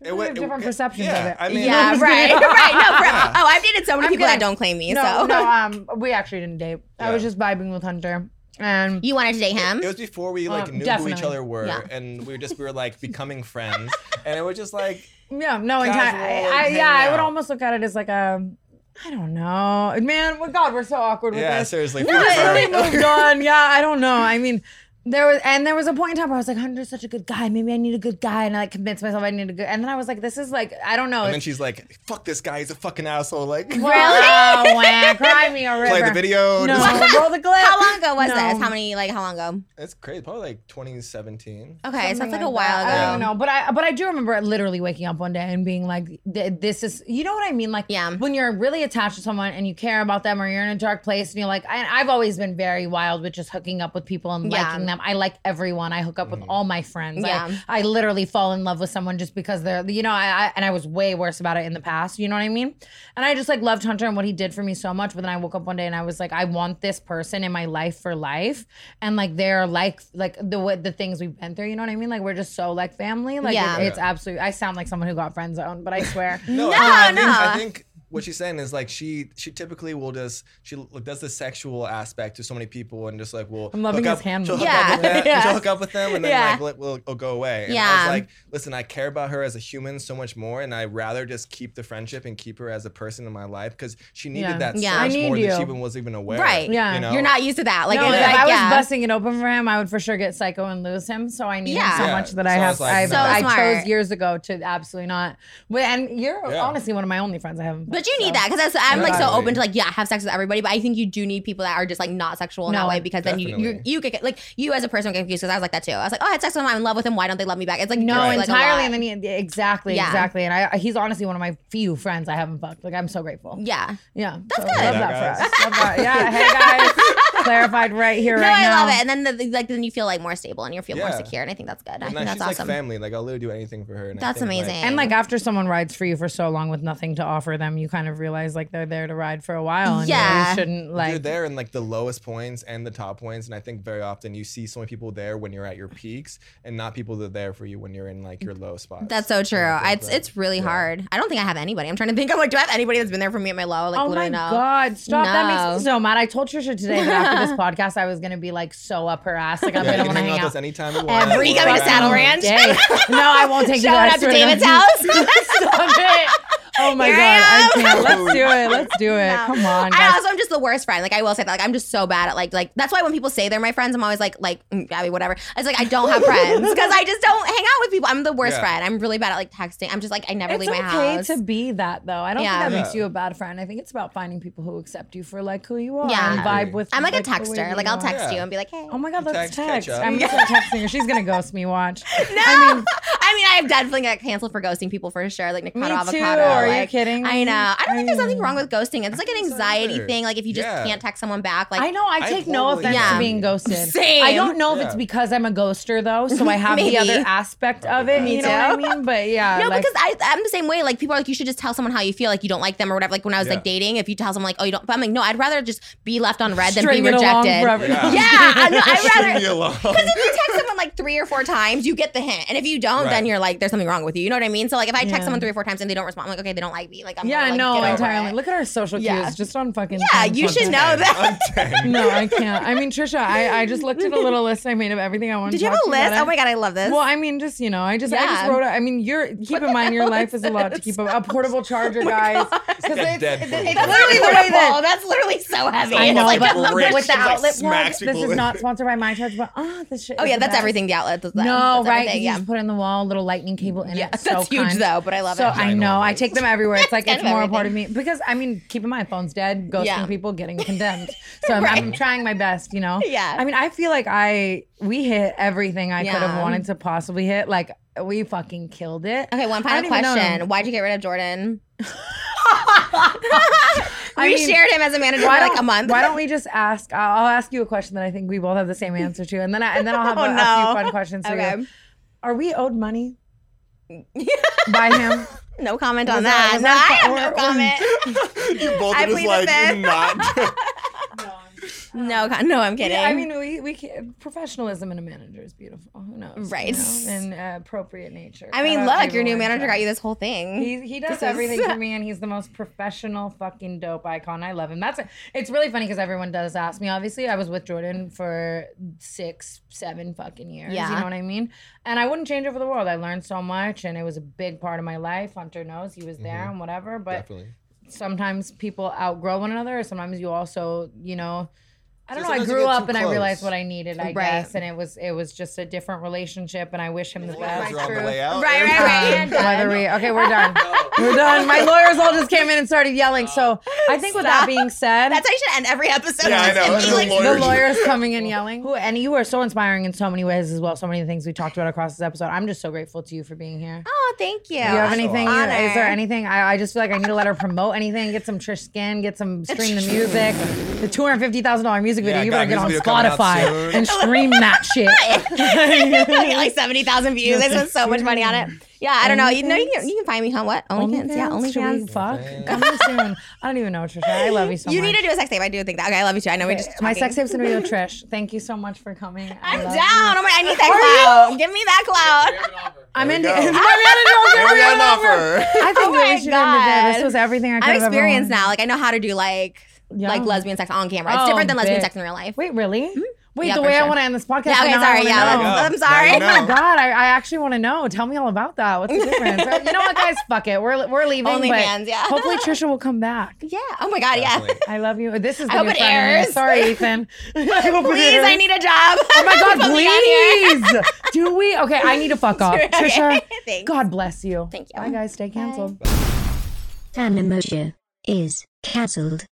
S6: It
S5: we
S6: wa-
S5: have different
S6: it-
S5: perceptions
S6: yeah,
S5: of it.
S6: I mean,
S2: yeah,
S5: I'm just
S2: right,
S5: kidding.
S2: right. No, bro. Oh, I've dated so many
S5: I'm
S2: people
S5: kidding.
S2: that don't claim me.
S5: No,
S2: so
S5: no. Um, we actually didn't date. I
S6: Yeah.
S5: was just vibing with Hunter, and
S2: you wanted to date him?
S6: It was before we like
S5: Um,
S6: knew who
S5: definitely.
S6: each other were,
S2: Yeah.
S6: and we were just we were like becoming friends, and it was just like
S5: yeah, no. in time-
S6: Casual
S5: I, I,
S6: and
S5: yeah,
S6: hanging
S5: I would
S6: out.
S5: almost look at it as like a. I don't know, man. well, God, we're so awkward with
S6: yeah,
S5: this.
S6: seriously.
S5: Yeah,
S6: forever.
S5: they moved on. Yeah, I don't know. I mean, there was, and there was a point in time where I was like, Hunter's such a good guy. Maybe I need a good guy, and I like convinced myself I need a good. And then I was like, this is like, I don't know.
S6: And then she's like, "Fuck this guy, he's a fucking asshole." Like, "Ah."
S5: really? cry me a river.
S6: play the video.
S5: No,
S6: just-
S5: roll the clip.
S2: How long ago was
S5: No.
S2: this? How many like how long ago?
S6: it's crazy. Probably like 2017.
S2: Okay, so it's like a
S5: Something
S2: while
S5: that.
S2: ago.
S5: I don't know, but I but I do remember literally waking up one day and being like, th- "This is," you know what I mean? Like,
S2: Yeah.
S5: when you're really attached to someone and you care about them, or you're in a dark place and you're like, I, I've always been very wild with just hooking up with people and
S2: Yeah.
S5: liking them. I like everyone. I hook up with all my friends. I-
S2: Yeah.
S5: I, literally fall in love with someone just because they're, you know, I, I and I was way worse about it in the past. You know what I mean? And I just like loved Hunter and what he did for me so much. But then I woke up one day and I was like, I want this person in my life for life, and like they're like like the what the things we've been through. You know what I mean? Like we're just so like family. Like
S2: Yeah.
S5: it- it's absolutely. I sound like someone who got friend zoned, but I swear.
S6: No, I, I
S2: no.
S6: Think, I think what she's saying is like she she typically will just she l- does the sexual aspect to so many people and just like will
S5: I'm loving
S6: hook
S5: his
S6: up-
S5: hand
S6: She'll,
S2: movement.
S6: hook up with
S2: Yeah.
S6: them,
S2: Yeah.
S6: she'll hook up with them and then
S2: Yeah.
S6: like let, will, will go away. And I
S2: Yeah.
S6: was like, listen, I care about her as a human so much more, and I rather just keep the friendship and keep her as a person in my life because she needed
S5: Yeah.
S6: that
S2: Yeah.
S6: so
S2: I
S6: much
S5: need
S6: more
S5: you.
S6: than she even was even aware.
S2: Right.
S5: Yeah.
S6: You know?
S2: You're not used to that. Like,
S5: no,
S2: it's
S5: if
S2: like,
S5: I was
S2: yeah.
S5: busting it open for him, I would for sure get psycho and lose him. So I need
S2: Yeah.
S5: him so
S6: Yeah.
S5: much that
S6: So
S5: I
S6: I
S5: have.
S6: was like,
S5: I,
S6: So
S5: I
S2: smart.
S5: chose years ago to absolutely not. Well, And you're
S6: Yeah.
S5: honestly one of my only friends I haven't.
S2: But you need that because I'm like so
S6: Exactly.
S2: open to like yeah have sex with everybody, but I think you do need people that are just like not sexual in
S5: No,
S2: that way because then you you
S6: definitely.
S2: you get like you as a person get confused because I was like that too. I was like oh I had sex with him, I'm in love with him, why don't they love me back? It's like
S5: No,
S2: it's, like, a
S5: entirely.
S2: lot.
S5: and then he, exactly,
S2: Yeah.
S5: exactly. And I, he's honestly one of my few friends I haven't fucked. Like I'm so grateful.
S2: yeah.
S5: Yeah, that's
S2: good.
S5: Love
S6: Hey,
S5: that for
S6: guys.
S5: us. Love that. Yeah, hey guys, clarified right here,
S2: No,
S5: right
S2: I
S5: now.
S2: love it. And then the- the, like then you feel like more stable and you feel more
S6: Yeah.
S2: secure, and I think that's good.
S6: And
S2: I think
S6: now
S2: that's
S6: she's
S2: awesome.
S6: like family. Like I'll literally do anything for her. And I
S2: That's
S6: think, like,
S2: amazing.
S5: And like after someone rides for you for so long with nothing to offer them, you kind of realize like they're there to ride for a while, and yeah.
S2: Yeah.
S5: you shouldn't
S6: you're
S5: like.
S6: there in like the lowest points and the top points and i think very often you see so many people there when you're at your peaks and not people that are there for you when you're in like your low spots
S2: that's so true.
S6: Yeah,
S2: It's
S6: exactly.
S2: it's really
S6: Yeah.
S2: hard. I don't think I have anybody. I'm trying to think. I'm like, do I have anybody that's been there for me at my low? Like,
S5: Oh my
S2: literally no.
S5: god! Stop! That
S2: No.
S5: makes me so mad. I told Trisha today that after this podcast, I was gonna be like so up her ass. Like I'm
S6: yeah, you
S5: gonna
S6: can
S5: want to
S6: hang out
S5: hang
S6: with us
S5: out
S6: anytime you want
S2: Every
S6: We're
S2: coming to
S6: around.
S2: Saddle Ranch.
S5: Day. No, I won't take you
S2: Showing
S5: guys
S2: up to
S5: for
S2: David's
S5: them.
S2: house.
S5: Stop it. Oh my
S2: Here
S5: god,
S2: I
S5: I can't. Let's do it. Let's do it. Come on,
S2: I
S5: guys.
S2: also am just the worst friend. Like I will say that. Like I'm just so bad at like like that's why when people say they're my friends, I'm always like like mm, Gabby whatever. It's like I don't have friends because I just don't hang out with people. I'm the worst
S6: Yeah.
S2: friend. I'm really bad at like texting. I'm just like I never
S5: It's
S2: leave my
S5: okay
S2: house.
S5: to be that though. I don't
S2: Yeah.
S5: think that makes
S6: Yeah.
S5: you a bad friend. I think it's about finding people who accept you for like who you are
S2: Yeah.
S5: and vibe with.
S2: I'm like, a
S5: the way
S2: texter.
S5: that
S2: Like
S5: you
S2: I'll
S5: are.
S2: text you
S6: Yeah.
S2: and be like, hey.
S5: Oh my god,
S6: You
S5: let's text.
S6: text, catch up.
S5: I'm gonna start texting her. She's gonna ghost me. Watch.
S2: no,
S5: I mean,
S2: I mean, I have definitely got canceled for ghosting people for sure. Like Nikado
S5: Me too,
S2: Avocado.
S5: are you
S2: like,
S5: kidding
S2: I
S5: me?
S2: know. I don't think there's
S5: I-
S2: nothing wrong with ghosting. It's like an
S6: think so
S2: anxiety
S6: either.
S2: thing. Like if you just
S6: Yeah.
S2: can't text someone back, like
S5: I know. I
S6: I
S5: take no
S6: totally
S5: offense
S2: Yeah.
S5: to being ghosted.
S2: Same.
S5: I don't know if it's
S6: Yeah.
S5: because I'm a ghoster though, so I have
S2: Maybe.
S5: the other aspect of it.
S2: Me
S5: you know
S2: too.
S5: what I mean? But yeah,
S2: No,
S5: like,
S2: because I, I'm the same way. Like people are like, you should just tell someone how you feel, like you don't like them or whatever. Like when I was
S6: Yeah.
S2: like dating, if you tell someone like, oh, you don't, but I'm like, no, I'd rather just be left on red than
S5: string
S2: be
S5: it along
S2: rejected.
S5: forever.
S6: Yeah.
S2: Yeah, I know, I'd
S6: String me
S2: rather.
S6: along.
S2: Because if you text someone like three or four times, you get the hint, and if you don't, then
S6: Right.
S2: you're like, there's something wrong with you. You know what I mean? So like, if I text
S5: Yeah.
S2: someone three or four times and they don't respond, I'm like, okay, they don't like me. Like I'm
S5: Yeah,
S2: gonna, like,
S5: no,
S2: get over
S5: entirely.
S2: it.
S5: Look at our social cues,
S2: Yeah.
S5: just on fucking.
S2: yeah,
S5: time
S2: you should
S5: content.
S2: know that.
S6: I'm 10.
S5: No, I can't. I mean, Trisha, I, I just looked at a little list I made of everything I wanted.
S2: Did you
S5: to
S2: have
S5: talk
S2: a
S5: to you
S2: list?
S5: about.
S2: Oh my god, I love this.
S5: Well, I mean, just you know, I just I
S2: Yeah.
S5: just wrote. a- I mean, you're keep in mind your life is a lot to keep up. A portable
S2: Oh
S5: charger, guys, because it's,
S6: dead
S5: it's,
S6: portable
S5: it's
S2: that's
S5: literally
S2: literally
S5: the way that.
S2: horrible. That's literally so heavy.
S5: I
S2: It's
S5: know,
S2: like,
S5: but
S6: a brick.
S5: with the
S6: She's like
S5: outlet plug,
S6: smacks
S5: this
S6: people
S5: is
S6: with
S5: not
S6: it.
S5: sponsored by my charge, but oh, this shit.
S2: oh
S5: is
S2: yeah,
S5: the
S2: that's
S5: best.
S2: everything. The outlet does that.
S5: No,
S2: That's
S5: right? 'cause
S2: everything,
S5: You
S2: Yeah,
S5: just put in the wall a little lightning cable, and
S2: yeah.
S5: it's so
S2: that's huge
S5: kind.
S2: though. But I love
S5: So
S2: it.
S5: I know I take them everywhere. It's like
S2: Kind
S5: it's
S2: of
S5: more a part of me because I mean, keep in mind, phone's dead, ghosting
S2: Yeah.
S5: people, getting condemned. So I'm, I'm trying my best, you know.
S2: Yeah.
S5: I mean, I feel like I we hit everything I could
S2: Yeah.
S5: have wanted to possibly hit. Like we fucking killed it.
S2: Okay,
S5: I
S2: one final
S5: don't even know
S2: question.
S5: him.
S2: Why'd you get rid of Jordan? we
S5: mean,
S2: shared him as a manager for
S5: Why don't,
S2: like a month.
S5: why don't we just ask? I'll I'll ask you a question that I think we both have the same answer to, and then I, and then I'll have
S2: Oh,
S5: a,
S2: no.
S5: a few fun questions for
S2: Okay.
S5: you. Are we owed money by him?
S2: No comment on
S5: Was that- was that
S2: that.
S5: or-
S2: no, I have no comment.
S6: you both
S2: I
S6: are just
S2: plead the
S6: like
S2: fifth.
S6: not.
S2: no, con- no, I'm kidding.
S5: Yeah, I mean, we we can, professionalism in a manager is beautiful. Who knows, you
S2: Right.
S5: know, And uh, appropriate nature.
S2: I mean,
S5: Shout out
S2: look, your
S5: David
S2: new manager
S5: Warren
S2: got you
S5: Johnson.
S2: this whole thing.
S5: He, he does
S2: is-
S5: everything for me, and he's the most professional fucking dope icon. I love him. That's it's really funny because everyone does ask me. Obviously, I was with Jordan for six, seven fucking years.
S2: Yeah.
S5: You know what I mean? And I wouldn't change it for the world. I learned so much, and it was a big part of my life. Hunter knows he was there
S2: Mm-hmm.
S5: and whatever. But
S6: Definitely.
S5: sometimes people outgrow one another, or sometimes you also, you know, I don't
S6: So
S5: know. I
S6: sometimes you
S5: grew
S6: get
S5: up
S6: too
S5: and I
S6: close.
S5: realized what I needed, I
S2: Right.
S5: guess, and it was it was just a different relationship. And I wish him the best.
S6: Lawyers are on the way out.
S2: Right, right, right.
S5: Um, whether we okay, we're done. We're done. My lawyers all just came in and started yelling. So I think with that being said,
S2: That's how you should end every episode.
S6: Yeah, I
S2: Just
S6: know.
S2: be
S6: The
S2: like-
S6: lawyer-
S5: the lawyers coming in yelling. Who and you are so inspiring in so many ways as well. So many things we talked about across this episode. I'm just so grateful to you for being here.
S2: oh, thank you.
S5: Do you have anything?
S2: Honor.
S5: Is there anything? I, I just feel like I need to let her promote anything. Get some Trish Skin. Get some stream the music. The two hundred fifty thousand dollar music video.
S6: Yeah,
S5: you
S6: God,
S5: better get on
S6: music video coming out
S5: Spotify
S6: soon.
S5: and stream that shit.
S2: like, like 70,000 views. I spent so much money on it. Yeah, I don't know. You know, you can, you can find me on what? OnlyFans. yeah,
S5: OnlyFans, should we
S2: OnlyFans.
S5: Fuck, coming soon. I don't even know Trisha. I love you so
S2: you
S5: much.
S2: need to do a sex tape. I do think that. Okay, I love you too. I know we just
S5: my
S2: talking.
S5: sex tape's in Rio Trish. Thank you so much for coming. I
S2: I'm
S5: love
S2: down.
S5: you.
S2: Oh my, I need that clout. Give me that clout.
S5: I'm in.
S6: go.
S5: Mariana Jones,
S6: There we
S5: Mariana
S6: got
S5: Jones.
S6: an offer.
S5: I think
S2: Oh my
S5: we should end it there.
S2: God.
S5: This was everything I could
S2: I'm
S5: have ever
S2: experienced
S5: wanted.
S2: now. Like I know how to do like
S5: Yeah.
S2: like lesbian sex on camera. It's
S5: Oh,
S2: different than lesbian
S5: bitch.
S2: sex in real life.
S5: Wait, really? Wait,
S2: Hmm? Yeah,
S5: the
S2: for
S5: way
S2: sure.
S5: I want to end this podcast.
S2: yeah, okay,
S5: now I
S2: sorry.
S5: wanna
S2: Yeah,
S5: know.
S2: that's- I'm
S6: Now you know.
S2: sorry.
S5: Oh my god, I, I actually want to know. Tell me all about that. What's the difference? Uh, you know what, guys? Fuck it. We're we're leaving.
S2: Only
S5: but
S2: fans, yeah.
S5: Hopefully, Trisha will come back.
S2: Yeah. Oh my god. Yeah.
S6: Definitely.
S5: I love you. This is. The
S2: hope
S5: new
S2: it
S5: friend of mine.
S2: airs.
S5: Sorry, Ethan. I hope it
S2: Please, I
S5: airs.
S2: need a job.
S5: Oh my god, please. Do we? Okay, I need to fuck off.
S2: Okay,
S5: Trisha,
S2: thanks.
S5: God bless you.
S2: Thank you.
S5: Bye, guys. Stay canceled.
S1: Animoja is cancelled.